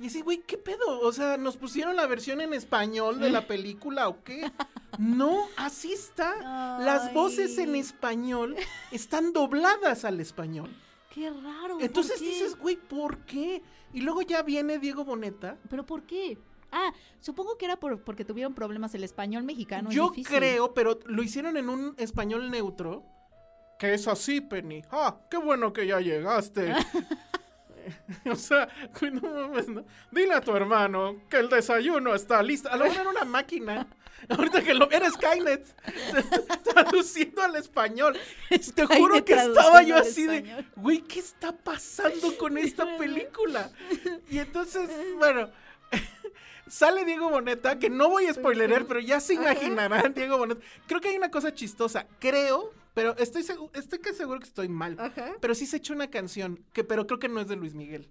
B: Y así, güey, ¿qué pedo? O sea, ¿nos pusieron la versión en español de la película o qué? No, así está. Las voces en
C: Ay.
B: español están dobladas al español.
C: Qué raro. ¿por
B: Entonces
C: qué?
B: dices, güey, ¿por qué? Y luego ya viene Diego Boneta.
C: ¿Pero por qué? Ah, supongo que era por, porque tuvieron problemas el español mexicano. Ah, es
B: Yo
C: difícil.
B: creo, pero lo hicieron en un español neutro. Que es así, Penny. ¡Ah! ¡Qué bueno que ya llegaste! o sea, güey, no mames, ¿no? Dile a tu hermano que el desayuno está listo. A lo mejor era una máquina. Ahorita que lo era Skynet. traduciendo al español. Te juro
C: Skynet
B: que estaba yo
C: traduciendo al
B: así de.
C: español.
B: Güey, ¿qué está pasando con esta película? Y entonces, bueno. Sale Diego Boneta, que no voy a spoilerear, pero ya se imaginarán Diego Boneta. Creo que hay una cosa chistosa, creo, pero estoy seguro, estoy que seguro que estoy mal. Pero sí se echó una canción, que pero creo que no es de Luis Miguel.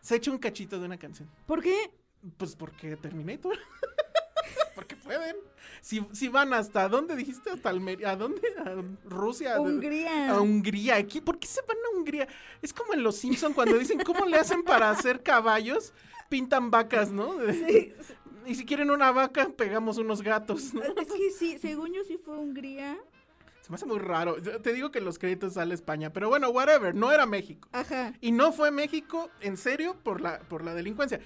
B: Se echó un cachito de una canción.
C: ¿Por qué?
B: Pues porque Terminator. porque pueden. Si, si van hasta, ¿dónde dijiste? Hasta Almería. ¿A dónde? A Rusia. ¿A dónde?
C: Hungría.
B: A Hungría. Aquí, ¿por qué se van a Hungría? Es como en Los Simpson cuando dicen cómo le hacen para hacer caballos, pintan vacas, ¿no? Y si quieren una vaca, pegamos unos gatos. ¿no?
C: Es que sí, según yo sí fue Hungría.
B: Se me hace muy raro. Yo Te digo que en los créditos sale España, pero bueno, whatever, no era México.
C: Ajá.
B: Y no fue México, en serio, por la, por la delincuencia.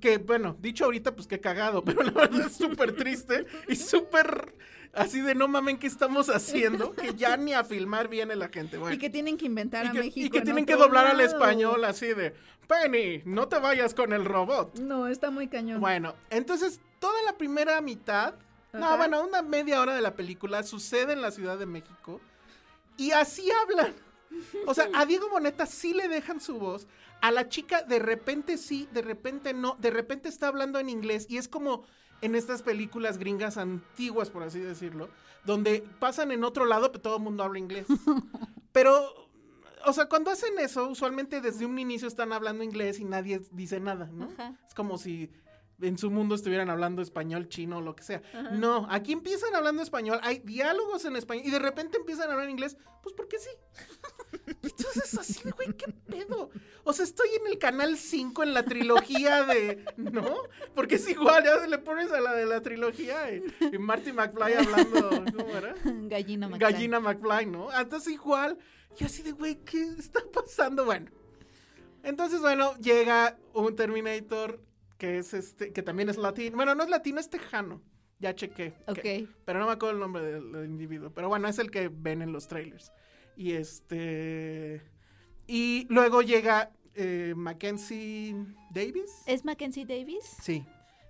B: Que bueno, dicho ahorita, pues qué cagado, pero la verdad es súper triste y súper así de no mamen, ¿qué estamos haciendo? Que ya ni a filmar viene la gente. Bueno.
C: Y que tienen que inventar
B: Y
C: a
B: que,
C: México.
B: y que
C: en
B: tienen que
C: otro
B: doblar al
C: lado.
B: español así de, Penny, no te vayas con el robot.
C: No, está muy cañón.
B: Bueno, entonces toda la primera mitad, no,
C: Ajá.
B: bueno, una media hora de la película sucede en la Ciudad de México y así hablan. O sea, a Diego Boneta sí le dejan su voz, a la chica de repente sí, de repente no, de repente está hablando en inglés y es como en estas películas gringas antiguas, por así decirlo, donde pasan en otro lado, pero todo el mundo habla inglés. Pero, o sea, cuando hacen eso, usualmente desde un inicio están hablando inglés y nadie dice nada, ¿no?
C: Ajá.
B: Es como si en su mundo estuvieran hablando español, chino o lo que sea. No, aquí empiezan hablando español, hay diálogos en español y de repente empiezan a hablar inglés, pues porque sí. Entonces así, güey, qué pedo. O sea, estoy en el canal 5 en la trilogía de, ¿no? Porque es igual, ya le pones a la de la trilogía y, y Marty McFly hablando, ¿cómo era?
C: Gallina McFly.
B: Gallina McFly, ¿no? Entonces igual, y así de, güey, ¿qué está pasando? Bueno. Entonces, bueno, llega un Terminator que es este, que también es latino. Bueno, no es latino, es tejano. Ya chequé.
C: Ok.
B: Que- pero no me acuerdo el nombre del, del individuo. Pero bueno, es el que ven en los trailers. Y este. Y luego llega eh, Mackenzie Davis.
C: ¿Es Mackenzie Davis?
B: Sí.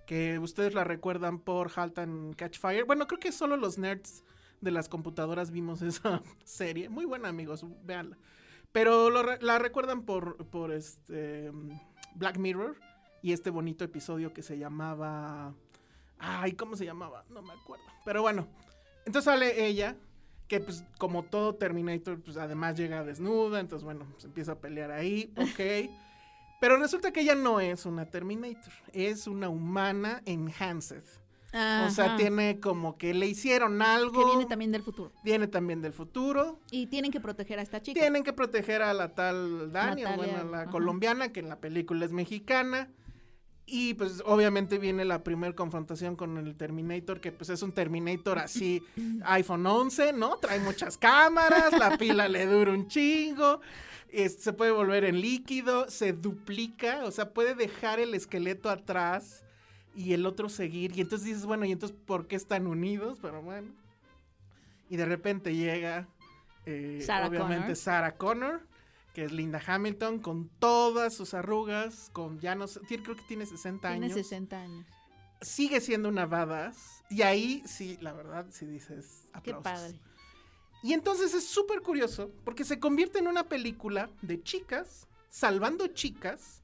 B: Que ustedes la recuerdan por Halt and Catch Fire. Bueno, creo que solo los nerds de las computadoras vimos esa serie. Muy buena, amigos, véanla. Pero lo re- la recuerdan por, por este mm, Black Mirror y este bonito episodio que se llamaba. Ay, ¿cómo se llamaba? No me acuerdo. Pero bueno. Entonces sale ella, que pues como todo Terminator, pues además llega desnuda. Entonces, bueno, se empieza a pelear ahí. Ok. Pero resulta que ella no es una Terminator, es una humana enhanced. O sea,
C: Ajá.
B: tiene como que le hicieron algo.
C: Que viene también del futuro.
B: viene también del futuro.
C: Y tienen que proteger a esta chica.
B: Tienen que proteger a la tal Dani, o bueno, a
C: Natalia,
B: la
C: ajá.
B: colombiana, que en la película es mexicana. Y pues obviamente viene la primer confrontación con el Terminator, que pues es un Terminator así, iPhone 11, ¿no? Trae muchas cámaras, la pila le dura un chingo, es- se puede volver en líquido, se duplica, o sea, puede dejar el esqueleto atrás y el otro seguir. Y entonces dices, bueno, ¿y entonces por qué están unidos? Pero bueno. Y de repente llega, eh,
C: Sarah
B: obviamente,
C: Connor.
B: Sarah Connor, que es Linda Hamilton, con todas sus arrugas, con ya no sé, tiene- creo que tiene 60
C: Tiene
B: años.
C: 60 años.
B: Sigue siendo una badass. Y ahí sí, la verdad, sí dices
C: Qué
B: aplausos.
C: padre.
B: Y entonces es súper curioso porque se convierte en una película de chicas, salvando chicas,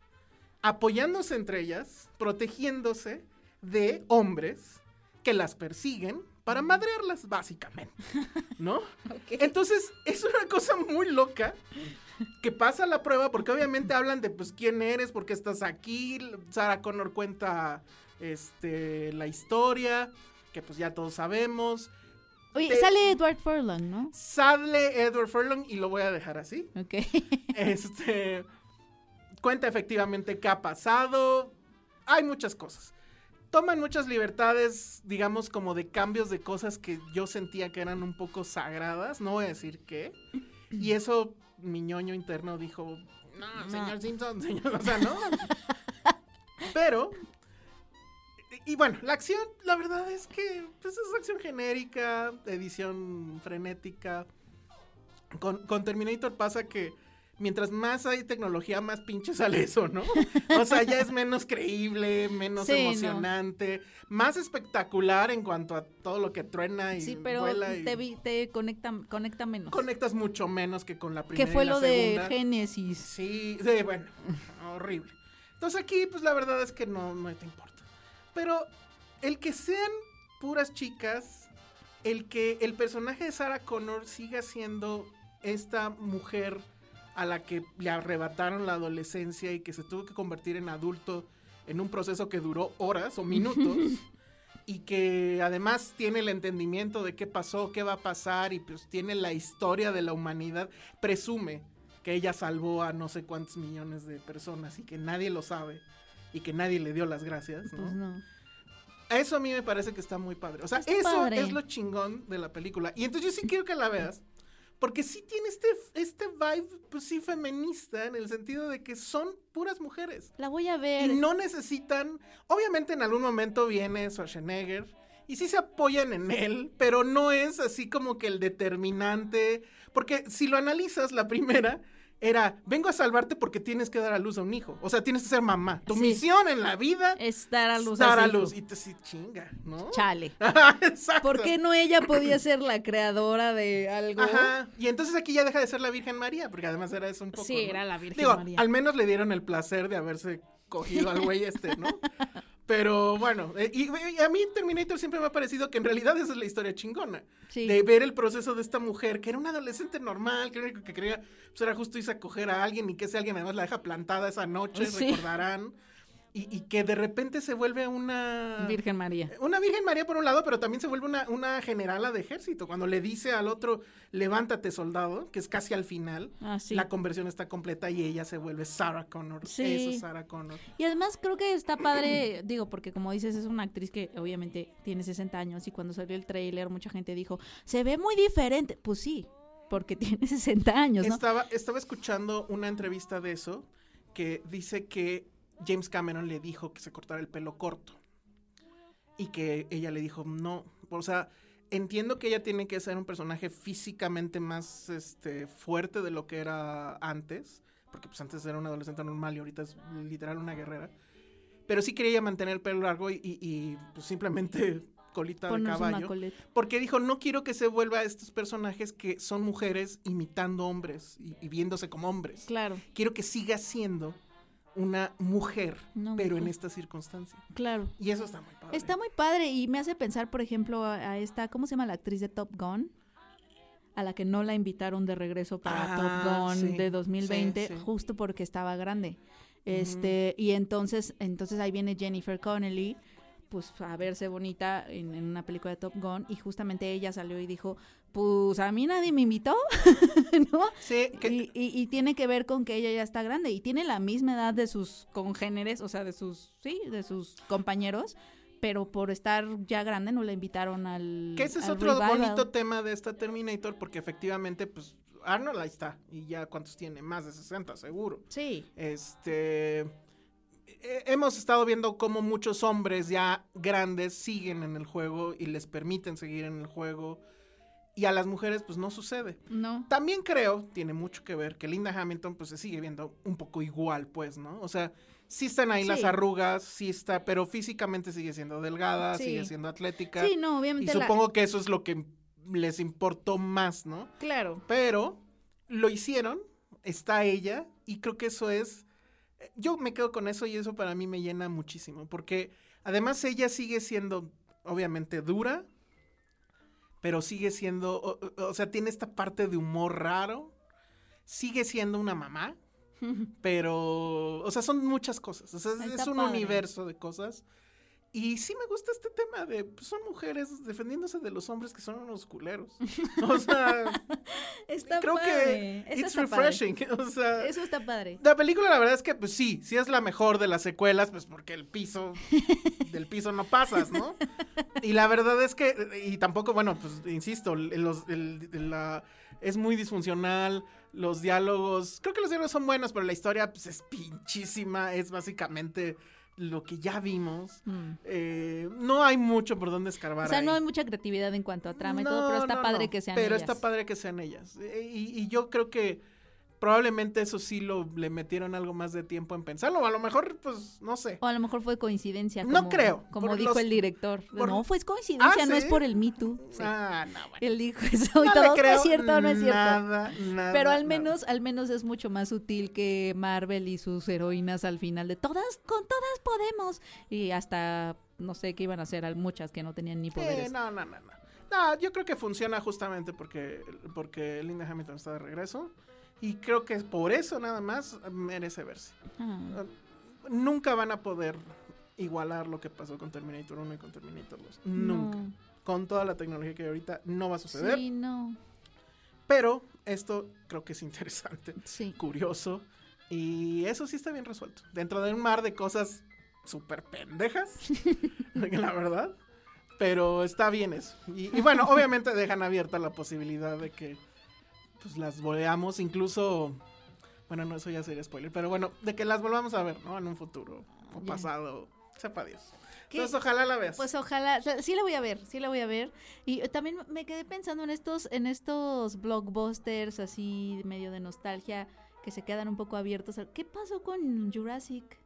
B: apoyándose entre ellas, protegiéndose de hombres que las persiguen para madrearlas, básicamente. ¿No? Entonces es una cosa muy loca que pasa la prueba porque obviamente hablan de pues quién eres, por qué estás aquí, Sarah Connor cuenta este, la historia, que pues ya todos sabemos.
C: Oye,
B: Te-
C: sale Edward Furlong, ¿no?
B: Sale Edward Furlong y lo voy a dejar así.
C: Ok.
B: Este cuenta efectivamente qué ha pasado. Hay muchas cosas. Toman muchas libertades, digamos, como de cambios de cosas que yo sentía que eran un poco sagradas. No voy a decir qué. Y eso mi ñoño interno dijo, no, señor Simpson, señor, o sea, no. Pero, y bueno, la acción, la verdad es que pues, es acción genérica, edición frenética. Con, con Terminator pasa que mientras más hay tecnología, más pinche sale eso, ¿no? O sea, ya es menos creíble, menos
C: Sí, no.
B: emocionante, más espectacular en cuanto a todo lo que truena y
C: Sí, pero
B: vuela. y-
C: te, vi- te conecta, conecta menos.
B: conectas mucho menos que con la
C: que
B: primera.
C: fue
B: y la
C: lo de
B: segunda.
C: Génesis.
B: Sí, de, bueno, horrible. Entonces aquí, pues la verdad es que no, no te importa. Pero el que sean puras chicas, el que el personaje de Sarah Connor siga siendo esta mujer a la que le arrebataron la adolescencia y que se tuvo que convertir en adulto en un proceso que duró horas o minutos y que además tiene el entendimiento de qué pasó, qué va a pasar y pues tiene la historia de la humanidad, presume que ella salvó a no sé cuántos millones de personas y que nadie lo sabe y que nadie le dio las gracias, ¿no?
C: Pues no.
B: Eso a mí me parece que está muy padre. O sea,
C: Está
B: eso
C: padre.
B: es lo chingón de la película. Y entonces yo sí quiero que la veas. Porque sí tiene este, este vibe, pues sí, feminista, en el sentido de que son puras mujeres.
C: La voy a ver.
B: Y no necesitan. Obviamente, en algún momento viene Schwarzenegger. Y sí se apoyan en él, pero no es así como que el determinante. Porque si lo analizas, la primera era: vengo a salvarte porque tienes que dar a luz a un hijo. O sea, tienes que ser mamá. Tu
C: Sí.
B: misión en la vida
C: Es dar a luz.
B: dar a
C: a su hijo.
B: luz. Y te sí, chinga, ¿no?
C: Chale.
B: Exacto.
C: ¿Por qué no ella podía ser la creadora de algo?
B: Ajá. Y entonces aquí ya deja de ser la Virgen María, porque además era eso un poco.
C: Sí,
B: ¿no?
C: era la Virgen
B: Digo,
C: María.
B: al menos le dieron el placer de haberse cogido al güey este, ¿no? Pero bueno, eh, y, y a mí Terminator siempre me ha parecido que en realidad esa es la historia chingona.
C: Sí.
B: De ver el proceso de esta mujer, que era una adolescente normal, que lo único que quería pues, era justo irse a coger a alguien y que ese alguien además la deja plantada esa noche,
C: Sí.
B: recordarán. y, y que de repente se vuelve una...
D: Virgen María.
B: Una Virgen María por un lado, pero también se vuelve una, una generala de ejército. Cuando le dice al otro, levántate soldado, que es casi al final,
D: Ah, sí.
B: la conversión está completa y ella se vuelve Sarah Connor.
D: Sí.
B: Eso es Sarah Connor.
D: Y además creo que está padre, digo, porque como dices, es una actriz que obviamente tiene 60 años y cuando salió el tráiler mucha gente dijo, se ve muy diferente. Pues sí, porque tiene 60 años, ¿no?
B: Estaba, estaba escuchando una entrevista de eso que dice que James Cameron le dijo que se cortara el pelo corto. Y que ella le dijo, no. O sea, entiendo que ella tiene que ser un personaje físicamente más este, fuerte de lo que era antes. Porque pues antes era una adolescente normal y ahorita es literal una guerrera. Pero sí quería ella mantener el pelo largo y, y- y, pues, simplemente colita de
D: Ponnos una
B: caballo.
D: coleta.
B: Porque dijo, no quiero que se vuelva a estos personajes que son mujeres imitando hombres y, y viéndose como hombres.
D: Claro,
B: Quiero que siga siendo una mujer,
D: Una
B: pero en
D: mujer.
B: esta circunstancia.
D: claro.
B: Y eso está muy padre.
C: Está muy padre y me hace pensar, por ejemplo, a, a esta, ¿cómo se llama la actriz de Top Gun?
D: A la que no la invitaron de regreso para
B: Ah,
D: Top Gun
B: sí,
D: de 2020,
B: sí, sí.
D: justo porque estaba grande. Este, y entonces, entonces ahí viene Jennifer Connelly, pues a verse bonita en, en una película de Top Gun, y justamente ella salió y dijo, pues a mí nadie me invitó, ¿no?
B: Sí, que-
D: Y, y- y tiene que ver con que ella ya está grande y tiene la misma edad de sus congéneres, o sea, de sus, sí, de sus compañeros, pero por estar ya grande no la invitaron al.
B: que ese es
D: al
B: otro
D: revival.
B: bonito tema de esta Terminator, porque efectivamente, pues Arnold ahí está. Y ya cuántos tiene, más de 60, seguro.
D: Sí,
B: Este. he- Hemos estado viendo cómo muchos hombres ya grandes siguen en el juego y les permiten seguir en el juego. Y a las mujeres, pues no sucede.
D: no.
B: También creo, tiene mucho que ver, que Linda Hamilton, pues se sigue viendo un poco igual, pues, ¿no? O sea, sí están ahí las
D: Sí.
B: arrugas, sí está, pero físicamente sigue siendo delgada,
D: Sí.
B: sigue siendo atlética.
D: Sí, no,
B: y
D: obviamente. la-
B: supongo que eso es lo que les importó más, ¿no?
D: Claro.
B: Pero lo hicieron, está ella, y creo que eso es. Yo me quedo con eso y eso para mí me llena muchísimo, porque además ella sigue siendo, obviamente, dura, pero sigue siendo, o, o- o sea, tiene esta parte de humor raro, sigue siendo una mamá, pero, o sea, son muchas cosas, o sea, es,
D: Está
B: es un
D: padre.
B: universo de cosas. Y sí me gusta este tema de, pues, son mujeres defendiéndose de los hombres que son unos culeros. O sea,
D: Está
B: creo
D: padre.
B: que
D: Eso
B: it's
D: está
B: refreshing. O sea,
D: padre. Eso está padre.
B: la película la verdad es que pues sí, sí es la mejor de las secuelas, pues porque el piso del piso no pasas, ¿no? Y la verdad es que y tampoco, bueno, pues insisto, el- los- el- la- es muy disfuncional. Los diálogos, creo que los diálogos son buenos, pero la historia pues, es pinchísima, es básicamente lo que ya vimos. Eh, no hay mucho por dónde escarbar.
D: Mm. O sea, no
B: ahí.
D: hay mucha creatividad en cuanto a trama y
B: No,
D: todo, pero está
B: no,
D: padre
B: no,
D: que sean
B: Pero
D: ellas.
B: está padre que sean ellas. E- Y, y yo creo que probablemente eso sí lo le metieron algo más de tiempo en pensarlo. A lo mejor, pues, no sé.
D: O a lo mejor fue coincidencia.
B: No
D: como-
B: creo,
D: Como
B: por
D: dijo
B: los-
D: el director.
B: por-
D: No, fue coincidencia,
B: Ah,
D: no es
B: ¿sí?
D: por el Me Too. Sí.
B: Ah, no, bueno.
D: Él dijo eso y
B: No le
D: todo, no
B: creo
D: es cierto, no es cierto.
B: Nada, nada.
D: Pero al
B: nada.
D: menos, al menos es mucho más sutil que Marvel y sus heroínas al final de todas, con todas podemos. Y hasta no sé qué iban a hacer, al- muchas que no tenían ni
B: Sí,
D: poderes.
B: no, no, no, no. No, yo creo que funciona justamente porque, porque Linda Hamilton está de regreso. Y creo que por eso nada más merece verse.
D: Ah,
B: Nunca van a poder igualar lo que pasó con Terminator 1 y con Terminator 2. Nunca.
D: no.
B: con toda la tecnología que hay ahorita no va a suceder.
D: Sí, no.
B: Pero esto creo que es interesante,
D: Sí.
B: curioso. Y eso sí está bien resuelto. Dentro de un mar de cosas súper pendejas, la verdad. Pero está bien eso. Y, y bueno, obviamente dejan abierta la posibilidad de que pues las veamos incluso... Bueno, no, eso ya sería spoiler. Pero bueno, de que las volvamos a ver, ¿no? En un futuro o
D: Ya.
B: pasado. Sepa Dios.
D: ¿Qué?
B: Entonces ojalá la veas.
C: Pues ojalá, la- sí la voy a ver, sí la voy a ver. Y eh, también me quedé pensando en estos, en estos blockbusters así medio de nostalgia que se quedan un poco abiertos. ¿Qué pasó con Jurassic?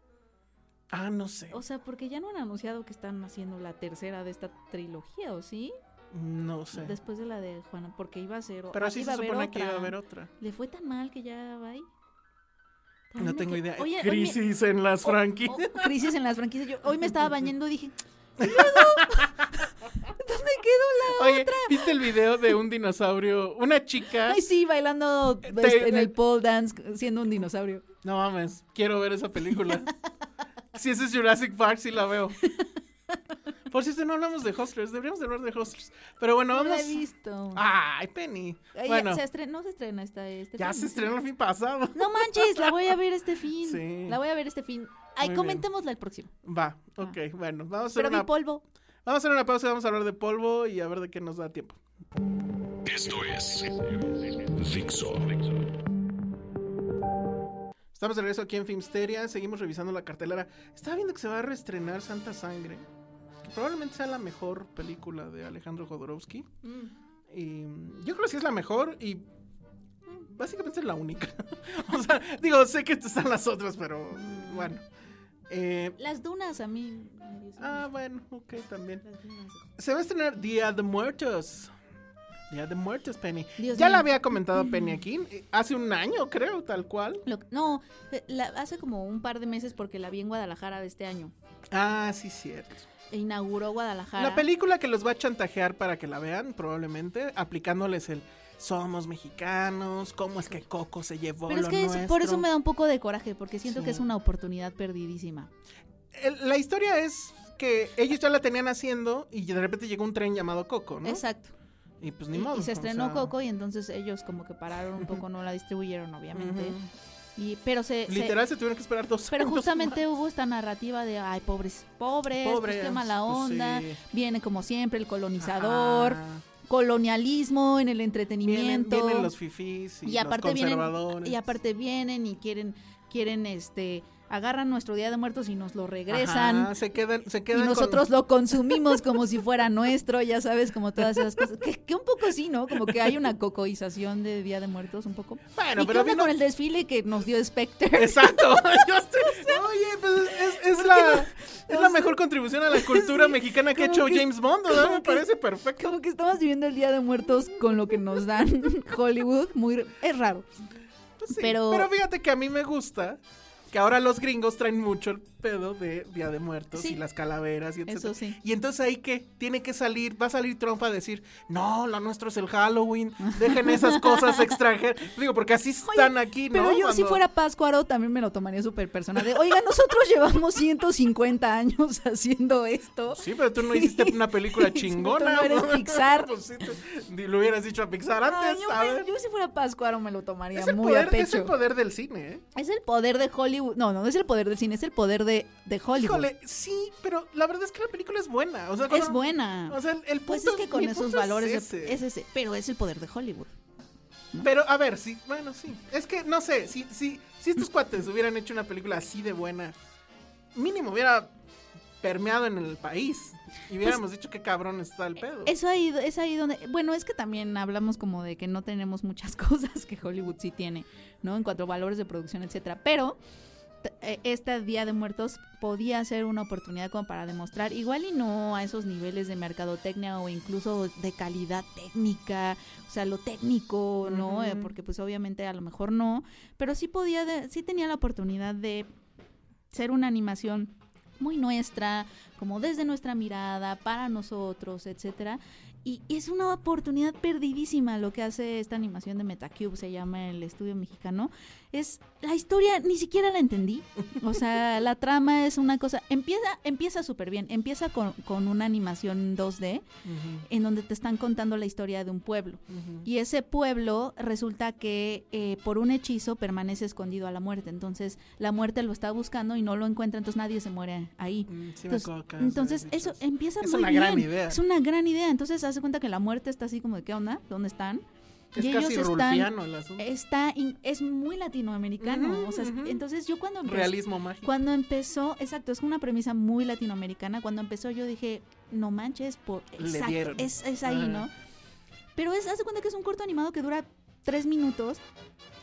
B: ah, no sé.
C: O sea, porque ya no han anunciado que están haciendo la tercera de esta trilogía, ¿o sí?
B: No sé.
C: Después de la de Juana, porque iba a ser o-
B: Pero
C: ah,
B: sí
C: iba
B: se
C: a haber
B: supone que iba a
C: otra.
B: haber otra.
C: Le fue tan mal que ya va ahí.
B: No
C: También
B: tengo
C: que-
B: idea.
C: Oye, oye,
B: Crisis en las
C: o-
B: franquicias.
C: o- crisis en las franquicias. Yo hoy me estaba bañando y dije, "¿Y luego? ¿dónde quedó la
B: Oye, ¿viste el video de un dinosaurio? Una chica.
D: Ay, sí, bailando
B: Te-
D: este, en
B: te-
D: el pole dance, siendo un dinosaurio.
B: No mames, quiero ver esa película. Si ese es Jurassic Park, sí la veo. Por cierto, no hablamos de Hustlers. Deberíamos de hablar de Hustlers. Pero bueno,
C: No la
B: vamos.
C: he visto.
B: Ay, Penny.
C: Ay, ya-
B: Bueno,
C: se estren- no se estrena esta este
B: ya
C: fin.
B: se estrenó el fin pasado.
C: No manches, la voy a ver este fin.
B: Sí.
C: La voy a ver este fin. Ay,
B: Muy bien.
C: comentémosla el próximo.
B: Va, ok, bueno. Vamos a hacer
C: Ah. Pero mi
B: una
C: polvo.
B: Vamos a hacer una pausa, vamos a hablar de polvo y a ver de qué nos da tiempo.
A: Esto es Dixo.
B: Estamos de regreso aquí en Filmsteria, seguimos revisando la cartelera. Estaba viendo que se va a reestrenar Santa Sangre, que probablemente sea la mejor película de Alejandro Jodorowsky. Y mm, yo creo que sí es la mejor y mm, básicamente es la única. o sea, digo, sé que están las otras, pero mm, bueno. Eh,
C: Las dunas a mí. me dicen
B: ah, bueno, ok, también.
C: las dunas.
B: Se va a estrenar Día de Muertos. Día de Muertos, Penny.
C: Dios
B: ya
C: mío.
B: la había comentado Penny aquí eh, hace un año, creo, tal cual.
C: Lo- no, eh, la- hace como un par de meses porque la vi en Guadalajara de este año.
B: Ah, sí, cierto.
C: E inauguró Guadalajara.
B: La película que los va a chantajear para que la vean, probablemente, aplicándoles el somos mexicanos, cómo es que Coco se llevó
C: Pero es
B: lo
C: que eso- por eso
B: nuestro".
C: me da un poco de coraje, porque siento que
B: Sí.
C: es una oportunidad perdidísima.
B: El- La historia es que ellos ya la tenían haciendo y de repente llegó un tren llamado Coco, ¿no?
C: Exacto.
B: Y pues ni
C: Y-
B: modo.
C: y se
B: o
C: estrenó
B: sea,
C: Coco y entonces ellos como que pararon un poco, no la distribuyeron, obviamente.
B: ujú.
C: y, pero se, se-
B: Literal se tuvieron que esperar dos
C: Pero
B: años
C: justamente hubo esta narrativa de, ay, pobres, pobres, pues, qué
B: Pobres,
C: mala
B: pues,
C: onda,
B: sí.
C: viene como siempre el
B: más.
C: colonizador,
B: Ajá.
C: colonialismo en el
B: Vienen,
C: entretenimiento.
B: vienen los fifís y,
C: y aparte
B: los
C: vienen
B: conservadores.
C: y aparte vienen y quieren quieren este agarran nuestro Día de Muertos y nos lo regresan.
B: Ajá, se quedan, se
C: Y
B: quedan con-
C: nosotros lo consumimos como si fuera nuestro, ya sabes, como todas esas cosas. Que, que un poco sí, ¿no? Como que hay una cocoización de Día de Muertos, un poco.
B: Bueno,
C: ¿Y qué
B: pero
C: onda
B: vino-
C: con el desfile que nos dio Spectre?
B: Exacto. Yo estoy- Oye, pues es, es la, es la mejor contribución a la cultura mexicana que ha
C: como
B: hecho
C: que-
B: James Bond, ¿verdad?
C: como
B: Me
C: que-
B: parece perfecto.
C: Como que estamos viviendo el Día de Muertos con lo que nos dan Hollywood, muy es raro.
B: Pues sí,
C: pero-
B: fíjate que a mí me gusta que ahora los gringos traen mucho el pedo de Día de Muertos
C: Sí.
B: y las calaveras y etc.
C: Eso sí.
B: Y entonces ahí que tiene que salir, va a salir Trump a decir, no, lo nuestro es el Halloween, dejen esas cosas extranjeras. Digo, porque así están aquí, ¿no?
C: Pero yo si
B: Cuando-
C: fuera Pascuaro también me lo tomaría súper personal. de, Oiga, nosotros llevamos 150 años haciendo esto.
B: Pues Sí, pero tú no hiciste una película
C: Sí, tú
B: chingona.
C: no eres Pixar.
B: Pues sí, te- ni lo hubieras dicho a Pixar
C: Ay,
B: antes,
C: yo,
B: a ver.
C: me- yo si fuera Pascuaro me lo tomaría
B: Es el,
C: muy a
B: poder, es
C: pecho.
B: el poder del cine, ¿eh?
C: Es el poder de Hollywood. No, no, no es el poder del cine, es el poder de, de Hollywood.
B: Híjole, sí, pero la verdad es que la película es buena. O sea, cuando-
C: es buena.
B: O sea, el, el punto
C: pues es que con
B: mi
C: esos
B: punto
C: valores
B: es
C: de-
B: ese.
C: es ese, pero es el poder de Hollywood.
B: Pero a ver, sí, bueno, sí. Es que no sé, si, si, si estos cuates hubieran hecho una película así de buena, mínimo hubiera permeado en el país y hubiéramos dicho qué cabrón está el pedo.
C: Eso ahí, Pues, es ahí donde, bueno, es que también hablamos como de que no tenemos muchas cosas que Hollywood sí tiene, ¿no? En cuanto a valores de producción, etcétera. Pero t- eh, este Día de Muertos podía ser una oportunidad como para demostrar, igual y no a esos niveles de mercadotecnia o incluso de calidad técnica, o sea, lo técnico, ¿no? Eh,
B: Ujú.
C: Porque pues obviamente a lo mejor no, pero sí podía, de- sí tenía la oportunidad de ser una animación muy nuestra, como desde nuestra mirada, para nosotros, etcétera. Y y es una oportunidad perdidísima lo que hace esta animación de Metacube, se llama el estudio mexicano. Es la historia, ni siquiera la entendí. O sea, la trama es una cosa. Empieza empieza súper bien. Empieza con, con una animación 2D
B: Ujú,
C: en donde te están contando la historia de un pueblo.
B: ujú.
C: Y ese pueblo resulta que eh, por un hechizo permanece escondido a la muerte. Entonces la muerte lo está buscando y no lo encuentra, entonces nadie se muere ahí.
B: Mm, sí me
C: Entonces,
B: acuerdo que habías
C: entonces,
B: dicho
C: eso empieza
B: Es
C: muy
B: una
C: bien.
B: gran idea.
C: Es una gran idea. Entonces hace cuenta que la muerte está así como de qué onda, dónde están.
B: Es
C: y
B: casi
C: ellos están
B: rulfiano el asunto.
C: está in- es muy latinoamericano.
B: Ujú,
C: o sea,
B: ujú.
C: entonces yo cuando empecé-
B: Realismo mágico.
C: cuando empezó, exacto, es una premisa muy latinoamericana. Cuando empezó yo dije, no manches, por,
B: Le
C: exacto,
B: dieron.
C: es, es ahí,
B: Ajá.
C: ¿no? Pero es, hace cuenta que es un corto animado que dura tres minutos,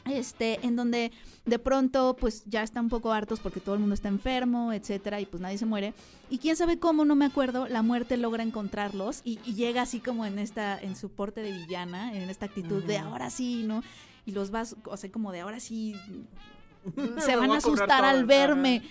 C: este, en donde de pronto, pues ya están un poco hartos porque todo el mundo está enfermo, etcétera, y pues nadie se muere. Y quién sabe cómo, no me acuerdo, la muerte logra encontrarlos y, y llega así como en esta, en su porte de villana, en esta actitud de
B: Ujú.
C: ahora sí, ¿no? Y los vas, o sea, como de ahora sí,
B: Me
C: se van
B: voy
C: a
B: a cobrar
C: asustar al
B: todas,
C: verme.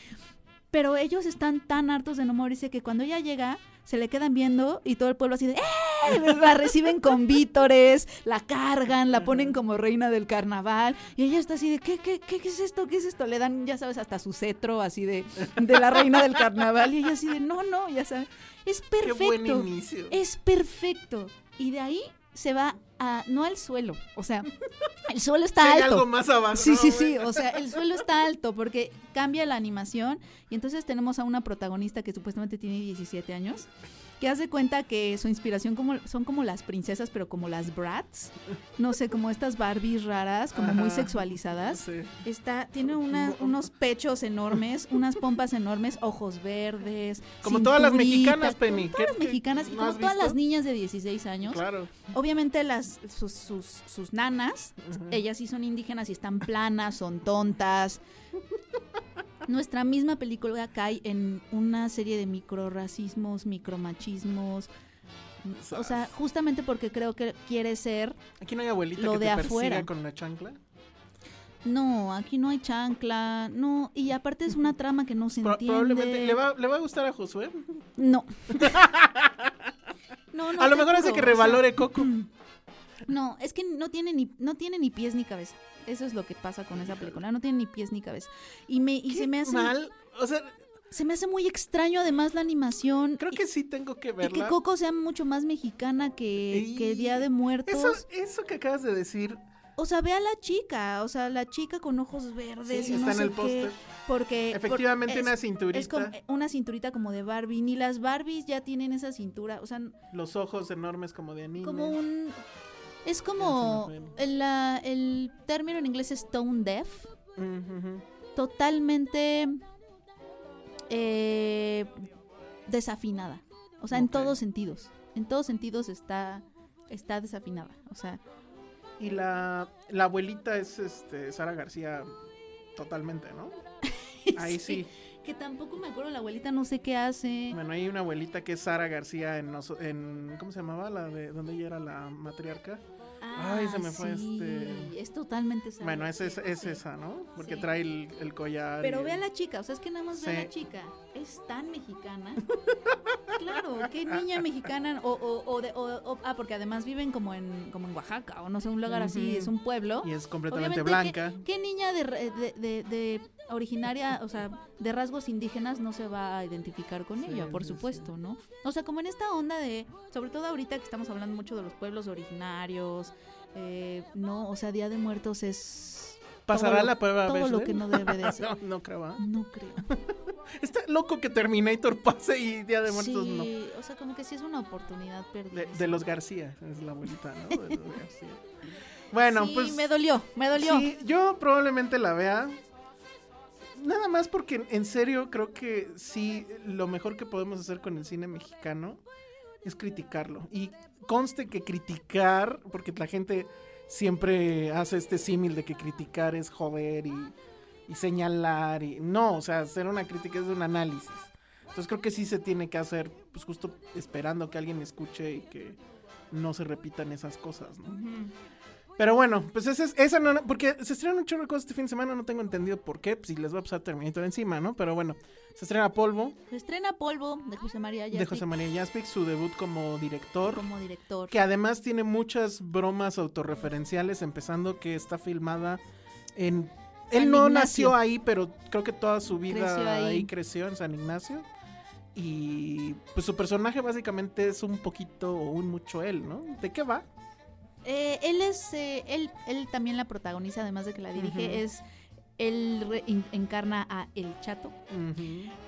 C: Pero ellos están tan hartos de no morirse que cuando ella llega, se le quedan viendo y todo el pueblo así de ¡Eh! La reciben con vítores, la cargan, la ponen como reina del carnaval. Y ella está así de, ¿qué, qué, qué, qué es esto? ¿Qué es esto? Le dan, ya sabes, hasta su cetro así de, de la reina del carnaval. Y ella así de, no, no, ya sabes. Es
B: Qué
C: perfecto.
B: buen inicio.
C: Es perfecto. Y de ahí se va a, no al suelo, o sea, el suelo está
B: Si hay
C: alto.
B: algo más abajo.
C: Sí,
B: no,
C: sí, sí,
B: bueno.
C: o sea, el suelo está alto porque cambia la animación y entonces tenemos a una protagonista que supuestamente tiene 17 años que hace cuenta que su inspiración como, son como las princesas, pero como las brats, no sé, como estas Barbies raras, como muy
B: Ajá.
C: sexualizadas.
B: Sí.
C: Está, tiene una- unos pechos enormes, unas pompas enormes, ojos verdes.
B: Como todas las
C: cinturita,
B: mexicanas,
C: como
B: Penny.
C: Todas
B: ¿Qué-
C: las
B: qué-
C: mexicanas y
B: no
C: como
B: has
C: todas
B: visto?
C: las niñas de 16 años.
B: Claro.
C: Obviamente las sus, sus, sus nanas, ellas sí son indígenas y están planas, son tontas. Nuestra misma película cae en una serie de microrracismos, micromachismos. O sea, justamente porque creo que quiere ser.
B: Aquí no hay abuelita
C: lo
B: que
C: de
B: te
C: afuera.
B: persiga con la chancla.
C: No, aquí no hay chancla, no. Y aparte es una trama que no se
B: Pro-
C: entiende.
B: probablemente. ¿Le va, ¿Le va a gustar a Josué?
C: No. No, no,
B: a lo
C: te
B: mejor hace
C: juro,
B: que
C: o sea, mm,
B: revalore Coco.
C: No, es que no tiene ni, no tiene ni pies ni cabeza. Eso es lo que pasa con esa película. No tiene ni pies ni cabeza. Y me, y se me hace
B: Mal. O sea,
C: se me hace muy extraño además la animación.
B: creo
C: y-
B: que sí tengo que
C: y,
B: verla.
C: que Coco sea mucho más mexicana que,
B: Y-
C: que Día de Muertos.
B: Eso, eso que acabas de decir,
C: O sea, ve a la chica, o sea, la chica con ojos verdes
B: Sí,
C: y no
B: está en
C: sé
B: el
C: qué, eh,
B: póster.
C: Porque por-
B: efectivamente
C: es-
B: una
C: es como
B: cinturita,
C: una cinturita como de Barbie, ni las Barbies ya tienen esa cintura, o sea,
B: los ojos enormes como de anime.
C: como un es
B: Ya
C: como
B: se me fue
C: el, la- el término en inglés es tone deaf,
B: Mm, ujú.
C: totalmente eh, desafinada. O sea, en
B: Ok.
C: todos sentidos. En todos sentidos está, está desafinada. O sea,
B: Y la, la abuelita es este Sara García totalmente, ¿no? Ahí sí.
C: que tampoco me acuerdo, la abuelita no sé qué hace.
B: Bueno, hay una abuelita que es Sara García en, noso- en ¿cómo se llamaba? La de donde ella era la matriarca. Ay, se me fue
C: Ah, sí,
B: este-
C: Es totalmente esa.
B: Bueno, es, es,
C: abuelita,
B: es
C: sí.
B: esa, ¿no? Porque
C: Sí.
B: trae el, el collar.
C: Pero
B: y
C: ve a
B: el-
C: la chica, o sea, es que nada más ve a la
B: Sí.
C: chica. Es tan mexicana. claro, qué niña mexicana. O, o, o de- o- o- ah, porque además viven como en, como en Oaxaca, o no sé, un lugar así,
B: Ujú.
C: es un pueblo.
B: Y es completamente
C: Obviamente, ¿qué-
B: blanca.
C: ¿qué, niña de, re- de- de- de originaria, o sea, de rasgos indígenas no se va a identificar con
B: Sí,
C: ella, por
B: sí, sí.
C: supuesto, ¿no? O sea, como en esta onda de, sobre todo ahorita que estamos hablando mucho de los pueblos originarios, eh, no, o sea, Día de Muertos es
B: ¿Pasará
C: todo lo-
B: la prueba
C: todo lo
B: Bechdel?
C: que no debe de ser.
B: No, no creo. ¿ah?
C: No creo.
B: Está loco que Terminator pase y Día de Muertos no.
C: sí, o sea, como que sí es una oportunidad perdida.
B: De, de los García, es la abuelita, ¿no? De los García. Bueno,
C: sí,
B: pues.
C: me dolió, me dolió.
B: sí, yo probablemente la vea. Nada más porque en serio creo que sí, lo mejor que podemos hacer con el cine mexicano es criticarlo. Y conste que criticar, porque la gente siempre hace este símil de que criticar es joder y, y señalar. y No, o sea, hacer una crítica es un análisis. Entonces creo que sí se tiene que hacer, pues justo esperando que alguien escuche y que no se repitan esas cosas, ¿no? Pero bueno, pues esa es, esa no, no- porque se estrenan un chorro de cosas este fin de semana, no tengo entendido por qué, pues si les va a pasar Terminator encima, ¿no? Pero bueno, se estrena Polvo
C: Se estrena Polvo de José María
B: de
C: Yastic
B: José María Jaspic, su debut como director,
C: como director.
B: que además tiene muchas bromas autorreferenciales, empezando que está filmada en... Él
C: San
B: no
C: Ignacio.
B: nació ahí, pero creo que toda su vida
C: Creció ahí.
B: ahí. creció en San Ignacio. Y pues su personaje básicamente es un poquito o un mucho él, ¿no? ¿De qué va?
C: Eh, él es, eh, él, él también la protagoniza, además de que la dirige,
B: Ujú.
C: es, él re- in- encarna a El Chato.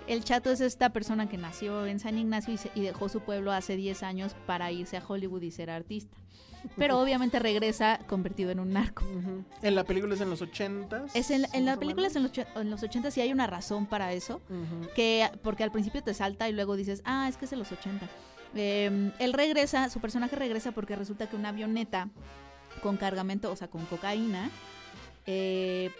C: El Chato es esta persona que nació en San Ignacio y, se- y dejó su pueblo hace 10 años para irse a Hollywood y ser artista. Pero obviamente regresa convertido en un narco.
B: Ujú. En la película es en los 80
C: Es en, en las películas en los, och- en los 80 sí hay una razón para eso, que porque al principio te salta y luego dices, ah, es que es en los 80. Eh, él regresa, su personaje regresa porque resulta que una avioneta con cargamento, o sea, con cocaína, eh,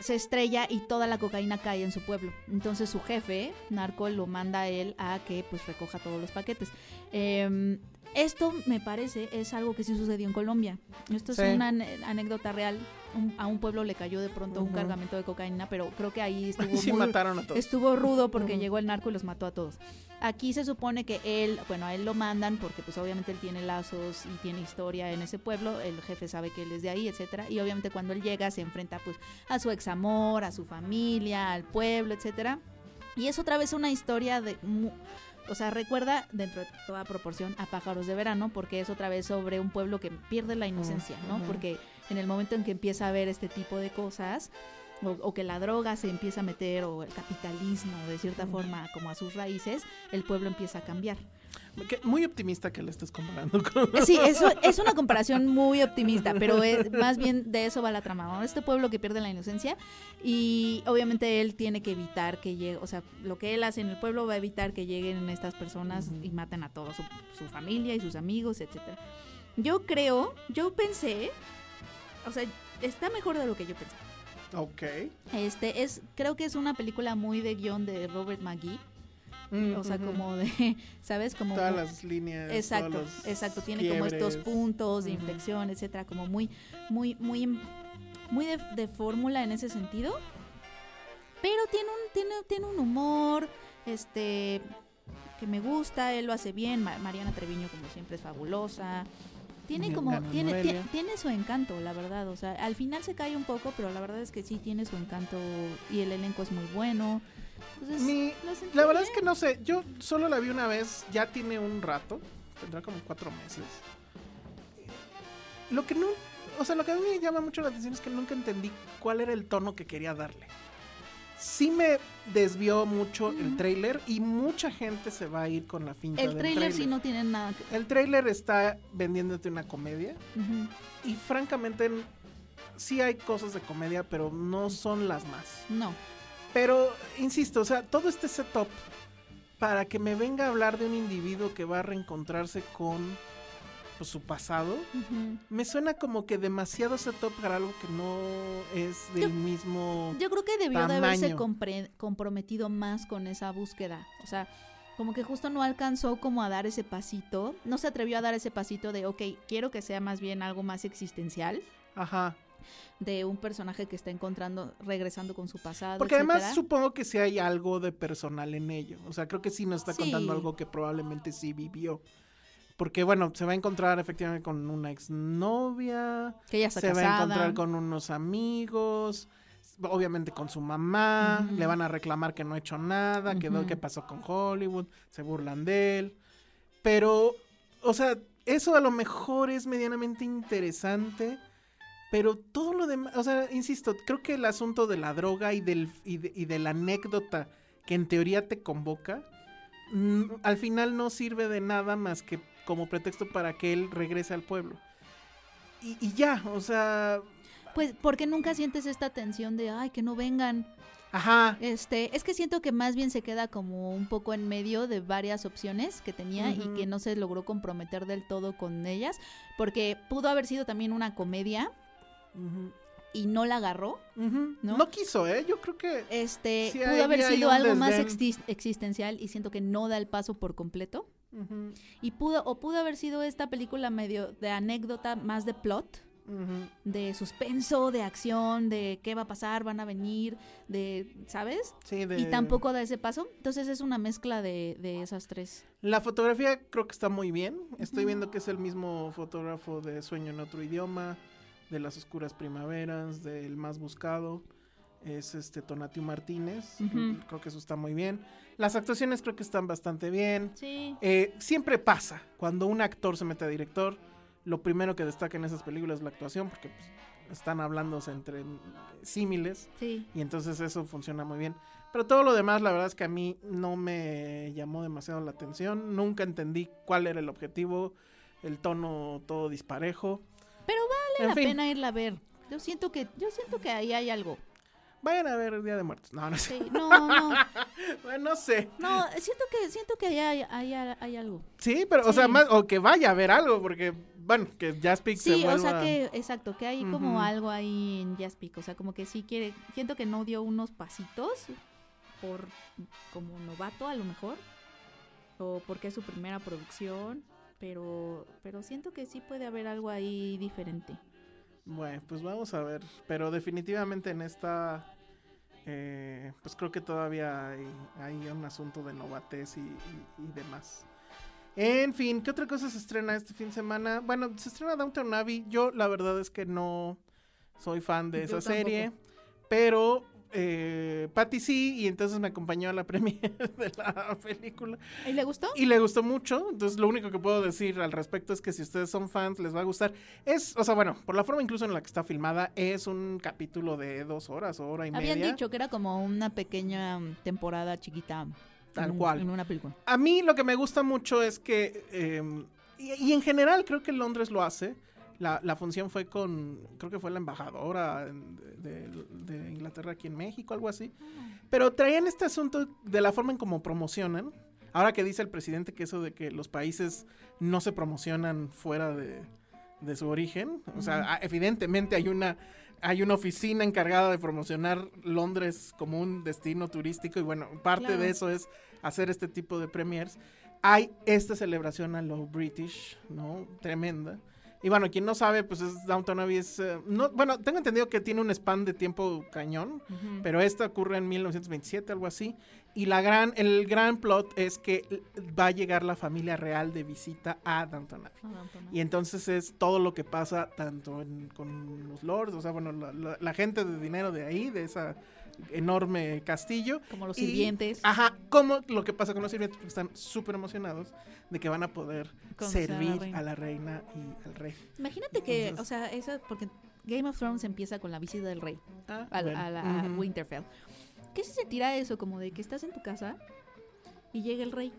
C: se estrella y toda la cocaína cae en su pueblo. Entonces su jefe, narco, lo manda a él a que pues recoja todos los paquetes. Eh, esto me parece es algo que sí sucedió en Colombia. Esto
B: Sí.
C: es una ane- anécdota real un- a un pueblo le cayó de pronto un cargamento de cocaína, pero creo que ahí estuvo
B: Sí,
C: muy-
B: mataron a todos.
C: Estuvo rudo porque llegó el narco y los mató a todos. Aquí se supone que él, bueno, a él lo mandan porque pues obviamente él tiene lazos y tiene historia en ese pueblo, el jefe sabe que él es de ahí, etcétera, y obviamente cuando él llega se enfrenta pues a su examor, a su familia, al pueblo, etcétera. Y es otra vez una historia de mu- o sea, recuerda dentro de toda proporción a Pájaros de Verano porque es otra vez sobre un pueblo que pierde la inocencia, ¿no? Porque en el momento en que empieza a ver este tipo de cosas, o, o que la droga se empieza a meter, o el capitalismo, de cierta forma, como a sus raíces, el pueblo empieza a cambiar.
B: Que- Muy optimista que la estés comparando con...
C: Sí, eso es una comparación muy optimista, pero es- más bien de eso va la trama, ¿no? Este pueblo que pierde la inocencia y obviamente él tiene que evitar que llegue, o sea, lo que él hace en el pueblo va a evitar que lleguen estas personas y maten a toda su, su familia y sus amigos, etcétera. Yo creo, yo pensé, o sea, está mejor de lo que yo pensé.
B: Ok.
C: Este es, creo que es una película muy de guión de Robert McGee,
B: Mm,
C: o sea,
B: ujú.
C: como de, ¿sabes? Como
B: Todas las líneas.
C: Exacto,
B: todos los
C: exacto. Tiene como estos
B: quiebres.
C: puntos de
B: Ujú.
C: inflexión, etcétera, como muy, muy, muy, muy de, de fórmula en ese sentido. Pero tiene un, tiene, tiene un humor, este, que me gusta. Él lo hace bien. Ma- Mariana Treviño, como siempre, es fabulosa. Tiene
B: Bien,
C: como,
B: Ana
C: tiene, ti-
B: Noelia.
C: tiene su encanto, la verdad. O sea, al final se cae un poco, pero la verdad es que sí tiene su encanto y el elenco es muy bueno. Entonces,
B: Mi-
C: lo sentí
B: La verdad es
C: bien.
B: que no sé, yo solo la vi una vez, ya tiene un rato, tendrá como cuatro meses. Lo que no, o sea, lo que a mí me llama mucho la atención es que nunca entendí cuál era el tono que quería darle. Sí me desvió mucho el tráiler y mucha gente se va a ir con la finta
C: el
B: del
C: trailer
B: tráiler.
C: sí no tiene nada. que-
B: El tráiler está vendiéndote una comedia
C: Ujú.
B: y francamente n- sí hay cosas de comedia, pero no son las más.
C: No.
B: Pero, insisto, o sea, todo este setup para que me venga a hablar de un individuo que va a reencontrarse con pues, su pasado,
C: Ujú.
B: me suena como que demasiado setup para algo que no es del
C: Yo-
B: mismo...
C: Yo creo que debió de haberse
B: tamaño.
C: compre- comprometido más con esa búsqueda. O sea, como que justo no alcanzó como a dar ese pasito. No se atrevió a dar ese pasito de, ok, quiero que sea más bien algo más existencial
B: Ajá.
C: de un personaje que está encontrando, regresando con su pasado.
B: Porque además
C: etcétera.
B: supongo que sí hay algo de personal en ello. O sea, creo que sí nos está contando
C: Sí.
B: algo que probablemente sí vivió. Porque, bueno, se va a encontrar efectivamente con una exnovia.
C: que ella está
B: se va a
C: casada.
B: encontrar con unos amigos, obviamente con su mamá,
C: Ujú.
B: le van a reclamar que no ha hecho nada, que
C: Ujú.
B: veo que pasó con Hollywood, se burlan de él. Pero, o sea, eso a lo mejor es medianamente interesante, pero todo lo demás, o sea, insisto, creo que el asunto de la droga y, del, y, de, y de la anécdota que en teoría te convoca, mm, al final no sirve de nada más que como pretexto para que él regrese al pueblo. Y, y ya, o sea,
C: Pues porque nunca sientes esta tensión de, ay, que no vengan.
B: ajá.
C: Este, es que siento que más bien se queda como un poco en medio de varias opciones que tenía y
B: Ujú.
C: que no se logró comprometer del todo con ellas, porque pudo haber sido también una comedia
B: Ujú,
C: y no la agarró.
B: ujú.
C: ¿No?
B: ¿No? quiso, ¿eh? Yo creo que...
C: Este,
B: Sí, ahí
C: pudo haber
B: hay
C: sido
B: un
C: algo más
B: desdén.
C: exis- existencial y siento que no da el paso por completo.
B: ujú,
C: Y pudo o pudo haber sido esta película medio de anécdota más de plot.
B: ujú.
C: De suspenso, de acción, de qué va a pasar, van a venir, de, ¿sabes?
B: Sí, de...
C: Y tampoco da ese paso. Entonces es una mezcla de, de esas tres.
B: La fotografía creo que está muy bien. Estoy viendo que es el mismo fotógrafo de Sueño en otro idioma, de Las Oscuras Primaveras, del más buscado. Es este Tonatio Martínez.
C: Ujú.
B: Creo que eso está muy bien. Las actuaciones creo que están bastante bien.
C: Sí.
B: Eh, siempre pasa, cuando un actor se mete a director, lo primero que destaca en esas películas es la actuación, porque pues, están hablándose entre mm, símiles.
C: Sí.
B: Y entonces eso funciona muy bien. Pero todo lo demás, la verdad es que a mí no me llamó demasiado la atención. Nunca entendí cuál era el objetivo, el tono todo disparejo.
C: Pero
B: vale
C: Vale la pena irla a ver. Yo siento que, yo siento que ahí hay algo.
B: Vayan a ver el Día de Muertos. No, no sé.
C: Sí. No, no.
B: Bueno, no sé.
C: No, siento que, siento que ahí hay, hay- hay algo.
B: Sí, pero, o sea,
C: Sí.
B: más, o que vaya a ver algo, porque, bueno, que Jaspic se
C: Sí,
B: vuelva...
C: o sea que, exacto, que hay como
B: Ujú.
C: algo ahí en Jazzpeak. O sea, como que sí quiere, siento que no dio unos pasitos por como novato a lo mejor. O porque es su primera producción. Pero, pero siento que sí puede haber algo ahí diferente.
B: Bueno, pues vamos a ver. Pero definitivamente en esta. eh, pues creo que todavía hay, hay un asunto de novatez y, y- y demás. En fin, ¿qué otra cosa se estrena este fin de semana? Bueno, se estrena Downton Abbey. Yo la verdad es que no soy fan de
D: Yo
B: esa serie. Pero eh, Patty sí, y entonces me acompañó a la premiere de la película.
D: ¿Y le gustó?
B: Y le gustó mucho, entonces lo único que puedo decir al respecto es que si ustedes son fans les va a gustar. Es, o sea, bueno, por la forma incluso en la que está filmada, es un capítulo de dos horas, hora y media.
C: Habían dicho que era como una pequeña mm, temporada chiquita.
B: Tal
C: en un-
B: cual.
C: En una película.
B: A mí lo que me gusta mucho es que, eh, y, y en general creo que Londres lo hace, la, la función fue con, creo que fue la embajadora en- de, de- de Inglaterra aquí en México, algo así, pero traían este asunto de la forma en cómo promocionan. Ahora que dice el presidente que eso de que los países no se promocionan fuera de, de su origen, o sea, a- evidentemente hay una, hay una oficina encargada de promocionar Londres como un destino turístico y bueno, parte
D: Claro.
B: de eso es hacer este tipo de premiers. Hay esta celebración a lo British, ¿no? Tremenda. Y bueno, quien no sabe, pues es Downton Abbey. Es, eh, no, bueno, tengo entendido que tiene un span de tiempo cañón, pero esta ocurre en 1927, algo así. Y la gran, el gran plot es que l- va a llegar la familia real de visita a Downton Abbey. Y entonces es todo lo que pasa tanto en- con los lords, o sea, bueno, la, la- la gente de dinero de ahí, de ese enorme castillo.
C: Como los
B: y-
C: sirvientes.
B: Ajá, como lo que pasa con los sirvientes, porque están súper emocionados de que van a poder
C: Conocer a la
B: servir
C: reina.
B: a la reina y al rey.
C: Imagínate que,
B: Entonces-
C: o sea, eso, porque Game of Thrones empieza con la visita del rey
B: Ah,
C: al-
B: bueno.
C: a, la- a
B: Ujú.
C: Winterfell. ¿Qué se sentirá eso? Como de que estás en tu casa y llega el rey.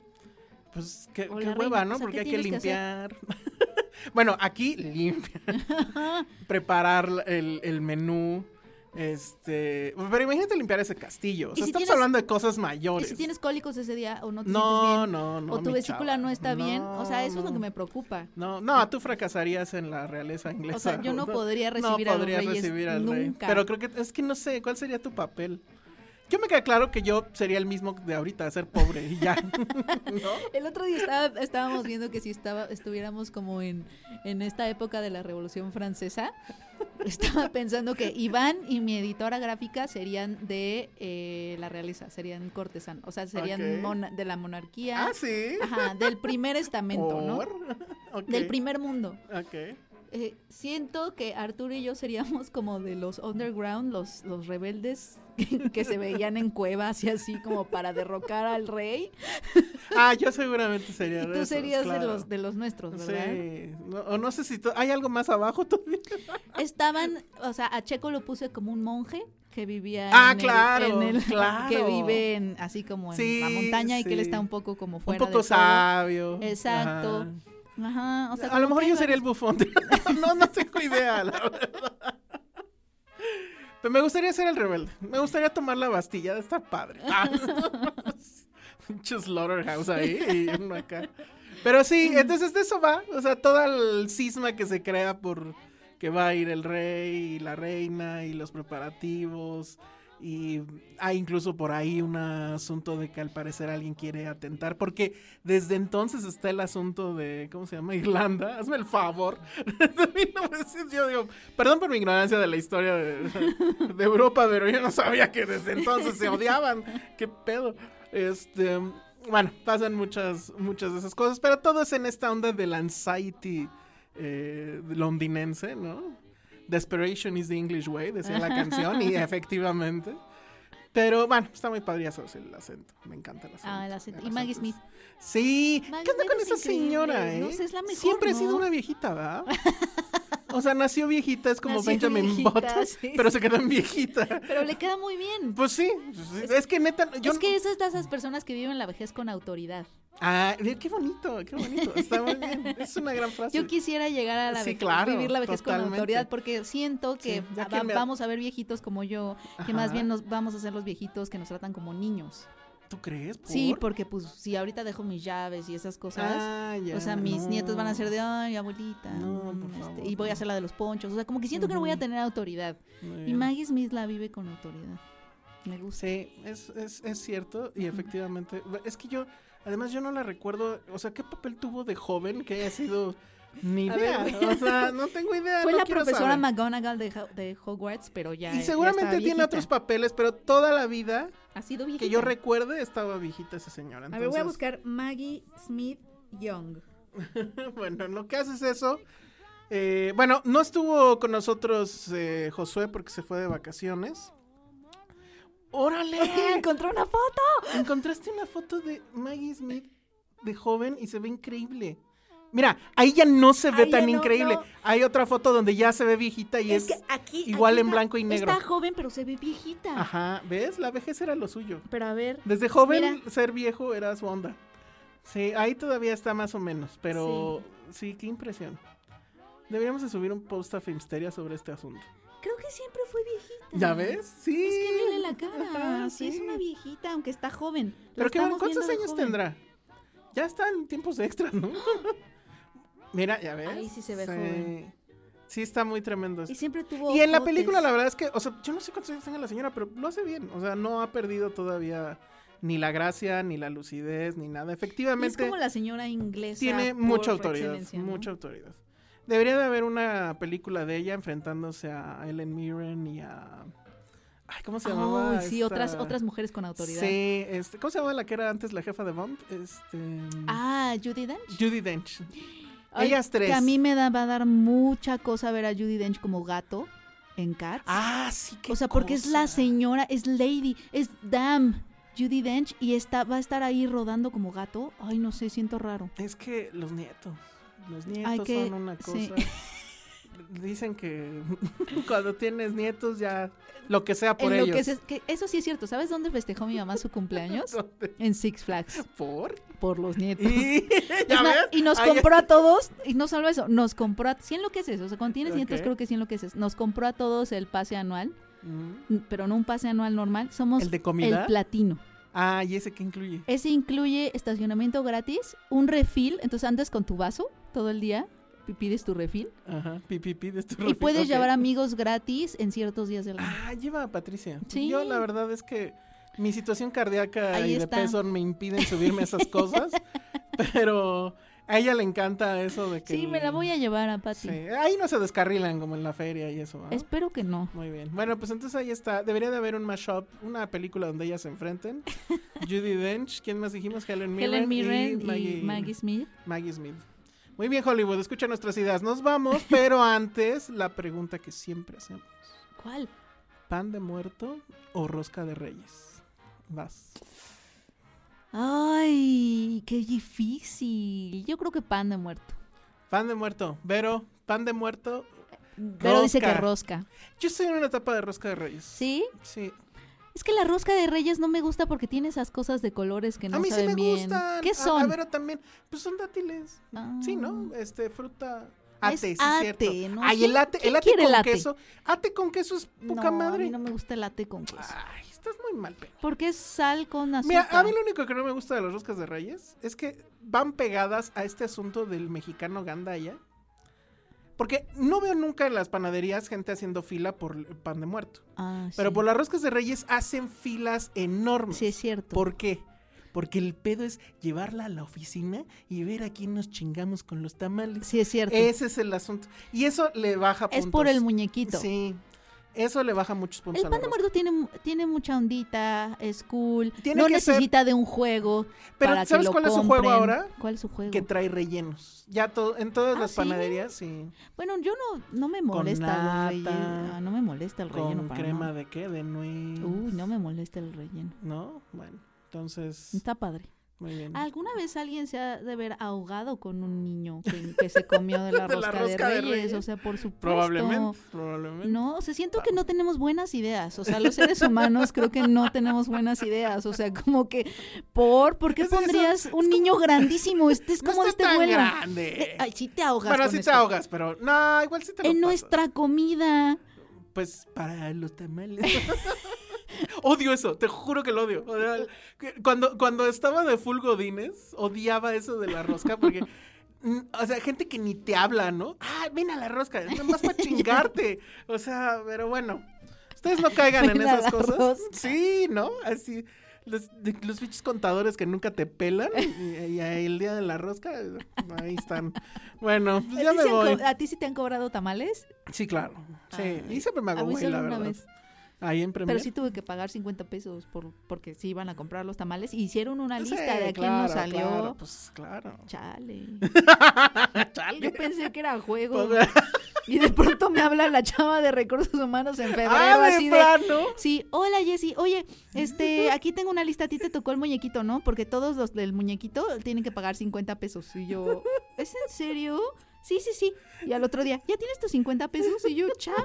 B: Pues qué,
C: O
B: qué
C: la
B: hueva,
C: reina,
B: ¿no?
C: o sea,
B: Porque
C: ¿qué
B: hay que
C: tienes que
B: limpiar. bueno, aquí limpia. Preparar el, el menú. Este. Pero imagínate limpiar ese castillo. O sea,
C: si
B: estamos
C: tienes-
B: hablando de cosas
C: Y
B: mayores.
C: si tienes cólicos ese día o no te sientes
B: no,
C: bien,
B: no, no.
C: o tu
B: mi
C: vesícula
B: chava.
C: no está bien, o sea, eso es
B: No,
C: lo que me preocupa.
B: No, no, tú fracasarías en la realeza inglesa.
C: O sea, yo no podría
B: No
C: recibir a los
B: podrías
C: reyes
B: recibir al rey.
C: nunca.
B: Pero creo que es que no sé, ¿cuál sería tu papel? Yo me queda claro que yo sería el mismo de ahorita, ser pobre y ya.
C: El otro día estaba- estábamos viendo que si estaba, estuviéramos como en, en esta época de la Revolución Francesa, estaba pensando que Iván y mi editora gráfica serían de eh, la realeza, serían cortesan, o sea, serían
B: Ok.
C: mona- de la monarquía,
B: ah, sí.
C: ajá, del primer estamento, ¿no?
B: ¿Por? Ok,
C: Del primer mundo.
B: ok.
C: Eh, siento que Arturo y yo seríamos como de los underground, los, los rebeldes que, que se veían en cuevas y así como para derrocar al rey.
B: Ah, yo seguramente sería
C: Y
B: de
C: tú
B: esos,
C: serías de,
B: claro.
C: los, de los nuestros, ¿verdad?
B: Sí. No, o no sé si to- hay algo más abajo todavía.
C: Estaban, o sea, a Checo lo puse como un monje que vivía
B: Ah,
C: en el-
B: claro,
C: en el-
B: claro.
C: que vive en, así como en la
B: Sí,
C: montaña y que él
B: sí.
C: está un poco como
B: Un
C: fuera de
B: poco
C: todo.
B: sabio.
C: Exacto.
B: Ajá.
C: Ajá, o sea,
B: a
C: como
B: lo mejor
C: que
B: yo
C: iba-
B: sería el bufón. no, no tengo idea, la verdad. Pero me gustaría ser el rebelde. Me gustaría tomar la Bastilla de estar padre. Ah. Pinche slaughterhouse ahí y uno acá. Pero sí, entonces de eso va. O sea, todo el cisma que se crea por que va a ir el rey y la reina y los preparativos. Y hay incluso por ahí un asunto de que al parecer alguien quiere atentar, porque desde entonces está el asunto de, ¿cómo se llama? Irlanda, hazme el favor. Desde 1900, yo digo, perdón por mi ignorancia de la historia de, de Europa, pero yo no sabía que desde entonces se odiaban. ¿Qué pedo? Este, bueno, pasan muchas, muchas de esas cosas, pero todo es en esta onda del anxiety eh, londinense, ¿no? Desperation is the English way, decía la canción, y efectivamente. Pero bueno, está muy padre el acento. Me encanta el acento.
C: Ah, el acento. Y Maggie Smith.
B: Sí.
C: Maggie
B: ¿Qué onda
C: Smith
B: con
C: es
B: esa
C: increíble.
B: señora, eh?
C: No sé, es la mejor,
B: Siempre ha sido
C: ¿no?
B: una viejita, ¿verdad? O sea, nació viejita, es como
C: Nació
B: Benjamin
C: viejita,
B: Button,
C: sí,
B: pero
C: sí.
B: se quedó en viejita.
C: Pero le queda muy bien.
B: Pues sí, es, que neta, yo
C: es que esas de esas personas que viven la vejez con autoridad.
B: Ah, mira, qué bonito, qué bonito, está muy bien, es una gran frase.
C: Yo quisiera llegar a la
B: Ah, Sí,
C: vejez,
B: claro,
C: vivir la vejez con
B: totalmente.
C: autoridad, porque siento que
B: Sí, ya
C: va-
B: que me-
C: vamos a ver viejitos como yo, que más
B: Ajá.
C: bien nos vamos a ser los viejitos que nos tratan como niños.
B: ¿Tú crees? ¿Por?
C: Sí, porque pues si ahorita dejo mis llaves y esas cosas,
B: Ah, ya,
C: o sea, mis
B: no.
C: nietos van a ser de, ay, abuelita,
B: No,
C: mm,
B: por
C: este,
B: favor,
C: y voy
B: no.
C: a hacer la de los ponchos, o sea, como que siento que no voy a tener autoridad.
B: Muy
C: Y
B: bien.
C: Maggie Smith la vive con autoridad. Me gusta.
B: Sí, es, es, es cierto y efectivamente. Es que yo, además yo no la recuerdo, o sea, ¿qué papel tuvo de joven que haya sido Ni
C: A
B: idea.
C: ver,
B: o sea, no tengo idea.
D: Fue
B: no
D: la
B: quiero
D: profesora
B: saber.
D: McGonagall de, Ho- de Hogwarts, pero ya.
B: Y
D: ya
B: seguramente
D: estaba
B: tiene
D: viejita.
B: otros papeles, pero toda la vida
D: Ha sido viejita.
B: que yo recuerde estaba viejita esa señora.
D: A ver, voy a
B: entonces-
D: buscar Maggie Smith Young.
B: bueno, en lo que haces eso. eh, bueno, no estuvo con nosotros eh, Josué porque se fue de vacaciones. ¡Órale!
D: Encontré una foto.
B: Encontraste una foto de Maggie Smith de joven y se ve increíble. Mira, ahí ya no se ve
D: Ahí ya
B: tan
D: no,
B: increíble.
D: no.
B: Hay otra foto donde ya se ve viejita y
D: Es
B: es,
D: que aquí.
B: igual
D: aquí
B: en
D: está-
B: blanco y negro.
D: Está joven, pero se ve viejita.
B: Ajá, ¿ves? La vejez era lo suyo.
D: Pero a ver.
B: Desde joven
D: Mira.
B: ser viejo era su onda. Sí, ahí todavía está más o menos, pero sí, qué impresión. Deberíamos de subir un post a Filmsteria sobre este asunto.
D: Creo que siempre fue viejita.
B: ¿Ya ves? Sí.
D: Es que mírale la cara.
B: Ajá,
D: sí, es una viejita, aunque está joven. La
B: Pero qué bueno,
D: estamos viendo
B: ¿cuántos
D: de
B: años
D: joven.
B: tendrá? Ya están tiempos extras, ¿no? Mira, ya ves.
D: Ahí sí se ve joven.
B: Sí, está muy tremendo esto.
D: Y siempre tuvo.
B: Y en la
D: ojotes.
B: película, la verdad es que, o sea, yo no sé cuántos años tenga la señora, pero lo hace bien. O sea, no ha perdido todavía ni la gracia, ni la lucidez, ni nada.
D: Y Es
B: Efectivamente,
D: como la señora inglesa.
B: tiene
D: por
B: mucha autoridad.
D: excelencia, ¿no?
B: Mucha autoridad. Debería de haber una película de ella enfrentándose a Ellen Mirren y a. Ay, ¿Cómo se llamaba?
D: Ay, sí, otras,
B: esta?
D: otras mujeres con autoridad.
B: Sí, este, ¿cómo se llamaba la que era antes la jefa de Bond? Este,
C: Ah, Judy Dench.
B: Judy Dench.
D: Ay,
B: Ellas tres.
C: Que a mí me da, va a dar mucha cosa ver a Judy Dench como gato en Cats.
B: Ah, sí que.
C: o sea, porque es la señora, es Lady, es Damn Judy Dench y está, va a estar ahí rodando como gato. Ay, no sé, siento raro.
B: Es que los nietos. Los nietos
C: Ay, que-
B: son una cosa.
C: sí.
B: Dicen que cuando tienes nietos ya lo que sea por
C: En
B: ellos.
C: lo que se- que eso sí es este cierto. ¿Sabes dónde festejó mi mamá su cumpleaños?
B: ¿Dónde?
C: En Six Flags,
B: ¿Por?
C: por los nietos.
B: Y,
C: Es
B: ¿ya
C: más,
B: ves?
C: y nos
B: Ahí
C: compró a todos, y no solo eso, nos compró a, sí enloqueces, o sea, cuando tienes nietos
B: Ok.
C: creo que sí enloqueces, nos compró a todos el pase anual,
B: es- Mm.
C: n- pero no un pase anual normal, somos
B: ¿El de comida?
C: el platino.
B: Ah, ¿y ese qué incluye?
C: Ese incluye estacionamiento gratis, un refil, entonces andas con tu vaso todo el día, y pides tu refil,
B: Ajá, pipi, de tu
C: y
B: refri-
C: puedes
B: ok.
C: llevar amigos gratis en ciertos días del año.
B: Ah, lleva a Patricia.
C: Sí.
B: Yo la verdad es que mi situación cardíaca
C: Ahí
B: y de
C: está.
B: peso me impiden subirme a esas cosas, pero a ella le encanta eso de que...
C: Sí, me la voy a llevar a Pati.
B: Sí, ahí no se descarrilan como en la feria y eso. ¿ah?
C: Espero que no.
B: Muy bien. Bueno, pues entonces ahí está. Debería de haber un mashup, una película donde ellas se enfrenten. Judy Dench, ¿quién más dijimos? Helen Mirren.
C: Helen Mirren y Maggie,
B: Maggie,
C: Smith.
B: Maggie Smith. Muy bien, Hollywood. Escucha nuestras ideas. Nos vamos, pero antes la pregunta que siempre hacemos.
C: ¿Cuál?
B: ¿Pan de muerto o rosca de reyes? Vas.
C: Ay, qué difícil. Yo creo que pan de muerto.
B: Pan de muerto. Vero, pan de muerto.
C: Pero dice que
B: Rosca.
C: rosca.
B: Yo estoy en una etapa de rosca de reyes.
C: ¿Sí?
B: Sí.
C: Es que la rosca de reyes no me gusta porque tiene esas cosas de colores que no
B: a mí sí
C: saben
B: me
C: bien.
B: gustan.
C: ¿Qué
B: A-
C: son?
B: A, Vero también. Pues son dátiles.
C: Ah.
B: Sí, ¿no? Este, fruta.
C: Ah,
B: Ate,
C: es
B: sí, es
C: ate,
B: cierto.
C: ¿no?
B: Ay,
C: ¿Quién-
B: el ate,
C: quién
B: el ate
C: quiere
B: con
C: el ate?
B: queso. Ate con queso es poca
C: No,
B: madre.
C: A mí no me gusta el latte con queso.
B: Ay, estás muy mal, Penny.
C: Porque es sal con azúcar.
B: Mira, a mí lo único que no me gusta de las roscas de reyes es que van pegadas a este asunto del mexicano gandaya. Porque no veo nunca en las panaderías gente haciendo fila por el pan de muerto.
C: Ah,
B: Pero
C: sí.
B: por las roscas de reyes hacen filas enormes.
C: Sí, es cierto.
B: ¿Por qué? Porque el pedo es llevarla a la oficina y ver a quién nos chingamos con los tamales.
C: Sí, es cierto. Es,
B: Ese es el asunto. Y eso le baja puntos.
C: por el muñequito.
B: Sí. Eso le baja muchos puntos
C: El
B: a la
C: pan de
B: rosca.
C: muerto tiene, mu- tiene mucha ondita, es cool.
B: Tiene
C: no
B: que ser-
C: necesita de un juego.
B: Pero,
C: para que
B: ¿sabes
C: lo
B: cuál es su juego
C: compren.
B: ahora?
C: ¿Cuál es su juego?
B: Que trae rellenos. Ya to- en todas
C: Ah,
B: las
C: ¿sí?
B: panaderías, sí.
C: Bueno, yo no, no me molesta el
B: nata,
C: relleno. Ah, No me molesta el relleno
B: Con
C: Uh. para
B: crema
C: nada.
B: de qué? De nuez.
C: Uy, no me molesta el relleno.
B: ¿No? Bueno, entonces.
C: Está padre.
B: Muy bien.
C: ¿Alguna vez alguien se ha de ver ahogado con un niño que, que se comió de la
B: De
C: rosca,
B: la
C: de,
B: rosca de
C: reyes?
B: Reyes.
C: O sea, por supuesto.
B: Probablemente. Probablemente. Ah.
C: No, o sea, siento que no tenemos buenas ideas. O sea, los seres humanos creo que no tenemos buenas ideas. O sea, como que, ¿por? ¿Por qué
B: Es eso,
C: pondrías
B: es
C: un
B: como-
C: niño grandísimo? Este es
B: No
C: como de
B: está
C: este
B: tan
C: vuelo. Eh,
B: grande.
C: Ay, sí te ahogas.
B: bueno,
C: con
B: sí te
C: esto.
B: ahogas, pero. No, igual sí te lo
C: En
B: pasas.
C: nuestra comida.
B: Pues para los tamales. odio eso, te juro que lo odio. O sea, que- Cuando, cuando estaba de full godines, odiaba eso de la rosca porque... mm, O sea, gente que ni te habla, ¿no? Ah, ven a la rosca, nomás para chingarte. O sea, pero bueno, ustedes no caigan en
C: Ven a
B: esas
C: la
B: cosas.
C: rosca.
B: Sí, ¿no? Así, Los, de- los bichos contadores que nunca te pelan y, y el día de la rosca, ahí están. Bueno, pues ya
C: ¿A ti
B: me
C: sí han
B: voy.
C: co- ¿A ti sí te han cobrado tamales?
B: Sí, claro. Sí,
C: Ay,
B: y siempre me
C: a
B: hago
C: mí
B: güey,
C: solo
B: la
C: una
B: verdad.
C: vez.
B: Ahí en Premier.
C: Pero sí tuve que pagar 50 pesos por, porque sí iban a comprar los tamales. y Hicieron una
B: Sí,
C: lista de a quién
B: claro,
C: nos salió.
B: Claro, pues claro.
C: Chale.
B: Chale.
C: Yo pensé que era juego.
B: Pues,
C: y de pronto me habla la chava de recursos humanos en febrero.
B: ah,
C: así
B: de
C: de,
B: plano.
C: Sí, hola Jessy. Oye, este, aquí tengo una lista. A ti te tocó el muñequito, ¿no? Porque todos los del muñequito tienen que pagar 50 pesos. Y yo, ¿es en serio? Sí, sí, sí. Y al otro día, ¿ya tienes tus 50 pesos? Y yo, chale.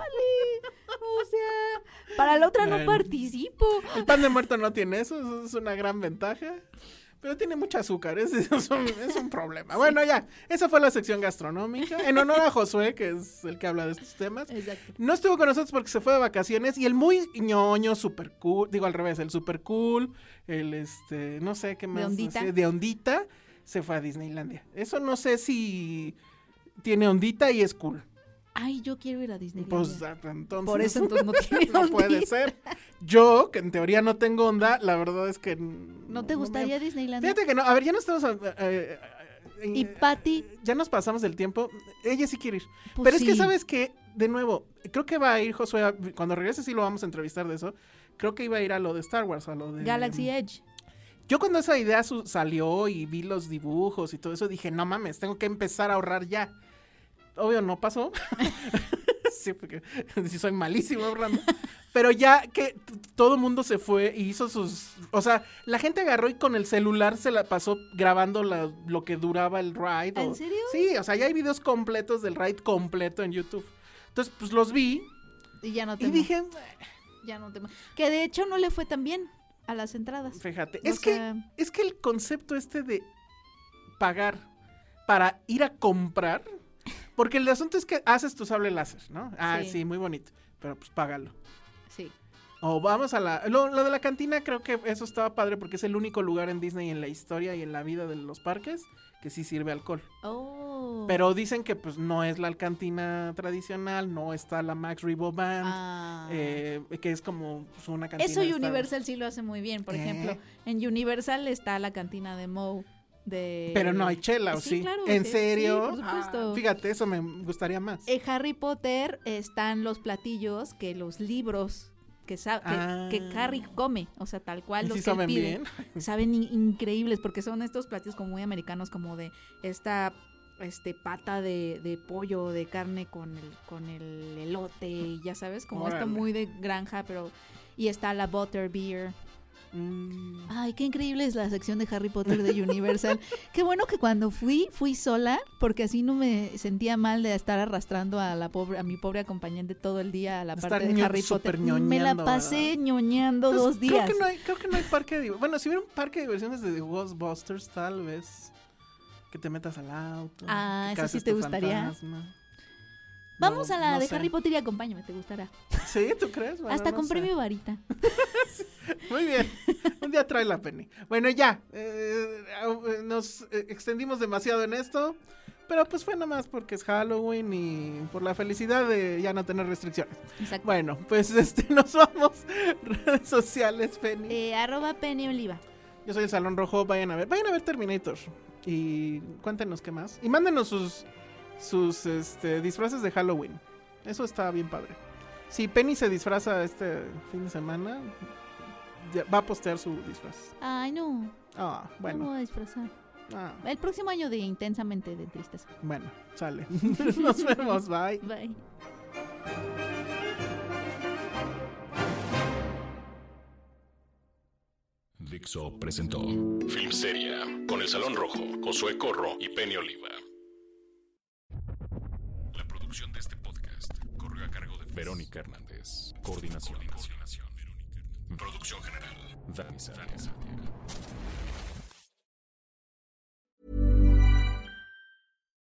C: O sea, para la otra no
B: Bueno.
C: participo.
B: El pan de muerto no tiene eso, eso es una gran ventaja. Pero tiene mucho azúcar, es, es un, es un problema. Bueno, ya, esa fue la sección gastronómica. En honor a Josué, que es el que habla de estos temas.
C: Exacto.
B: No estuvo con nosotros porque se fue de vacaciones y el muy ñoño, super cool, digo al revés, el super cool, el este, no sé qué más,
C: ondita.
B: así, de ondita, se fue a Disneylandia. Eso no sé si tiene ondita y es cool.
C: Ay, yo quiero ir a Disney.
B: Pues ah, entonces
C: Por eso entonces no tienes
B: no puede ser. Yo, que en teoría no tengo onda, la verdad es que...
C: ¿No te gustaría Disneylandia?
B: Fíjate que no, a ver, ya no estamos... eh, eh, eh,
C: Y Patty,
B: ya nos pasamos del tiempo. Ella sí quiere ir.
C: Pues
B: Pero es que,
C: sí.
B: ¿sabes que De nuevo, creo que va a ir Josué, a- cuando regrese sí lo vamos a entrevistar de eso. Creo que iba a ir a lo de Star Wars, a lo de...
C: Galaxy Edge.
B: Yo cuando esa idea su- salió y vi los dibujos y todo eso, dije, no mames, tengo que empezar a ahorrar ya. Obvio, no pasó. sí, porque sí soy malísimo ahorrando. Pero ya que t- todo el mundo se fue y hizo sus... O sea, la gente agarró y con el celular se la pasó grabando la- lo que duraba el ride. o-
C: ¿En serio?
B: Sí, o sea, ya hay videos completos del ride completo en YouTube. Entonces, pues los vi
C: Y ya no te
B: y dije,
C: ya no te Que de hecho no le fue tan bien a las entradas.
B: Fíjate,
C: No
B: es
C: sé.
B: que es que el concepto este de pagar para ir a comprar, porque el asunto es que haces tu sable láser, ¿no? Ah,
C: Sí.
B: sí, muy bonito, pero pues págalo.
C: Sí.
B: O vamos a la lo, lo de la cantina creo que eso estaba padre porque es el único lugar en Disney en la historia y en la vida de los parques que sí sirve alcohol.
C: Oh.
B: Pero dicen que pues no es la cantina tradicional, no está la Max Rebo Band,
C: Ah.
B: eh, que es como pues, una cantina.
C: Eso
B: de Star Wars.
C: Universal sí lo hace muy bien. Por
B: Eh.
C: ejemplo, en Universal está la cantina de Moe. De...
B: Pero no hay chela, ¿o sí?
C: Eh, Sí, claro,
B: ¿En
C: sí,
B: serio?
C: sí, por supuesto. Eh,
B: Ah, fíjate, eso me gustaría más.
C: En Harry Potter están los platillos que los libros que, sa- que-
B: Ah.
C: que, Harry come. O sea, tal cual
B: ¿Y
C: los
B: sí
C: que él
B: saben
C: pide.
B: bien?
C: Saben in- increíbles porque son estos platillos como muy americanos, como de esta este pata de, de pollo de carne con el con el elote y ya sabes como esto
B: Órale.
C: muy de granja pero y está la butter beer
B: Mm,
C: Ay, qué increíble es la sección de Harry Potter de Universal. qué bueno que cuando fui, fui sola, porque así no me sentía mal de estar arrastrando a la pobre, a mi pobre acompañante todo el día a la
B: Estar
C: parte de
B: ño-
C: Harry Potter.
B: súper
C: Me la
B: ñoñando,
C: pasé ñoñando
B: entonces,
C: dos días.
B: Pues, Creo que no hay, creo que no hay parque de diver- Bueno, si hubiera un parque de diversiones de Ghostbusters, tal vez. Que te metas al auto.
C: Ah,
B: que
C: eso sí
B: caces
C: te
B: tu
C: gustaría.
B: fantasma.
C: Vamos
B: No,
C: a la
B: no
C: de
B: sé.
C: Harry Potter y acompáñame, te gustará.
B: Sí, ¿tú crees? Bueno,
C: Hasta
B: no
C: compré
B: sé.
C: mi varita.
B: Muy bien. Un día trae la Penny. Bueno, ya. eh, au- eh, nos eh, extendimos demasiado en esto. Pero pues fue nada más porque es Halloween y por la felicidad de ya no tener restricciones.
C: Exacto.
B: Bueno, pues este, nos vamos. Redes sociales, Penny.
C: Eh, arroba Penny Oliva.
B: Yo soy el Salón Rojo. Vayan a ver. Vayan a ver Terminator. Y cuéntenos qué más. Y mándenos sus, sus este, disfraces de Halloween. Eso está bien padre. Si Penny se disfraza este fin de semana, ya va a postear su disfraz.
C: Ay, no.
B: Ah,
C: No me
B: bueno.
C: voy a disfrazar.
B: Ah,
C: El próximo año de Intensamente de Tristeza.
B: bueno, sale. Nos vemos. Bye.
C: Bye.
A: Dixo presentó Film Seria con El Salón Rojo, Josué Corro y Penny Oliva. La producción de este podcast corrió a cargo de Verónica Hernández. Coordinación. Producción general. Dani Sánchez.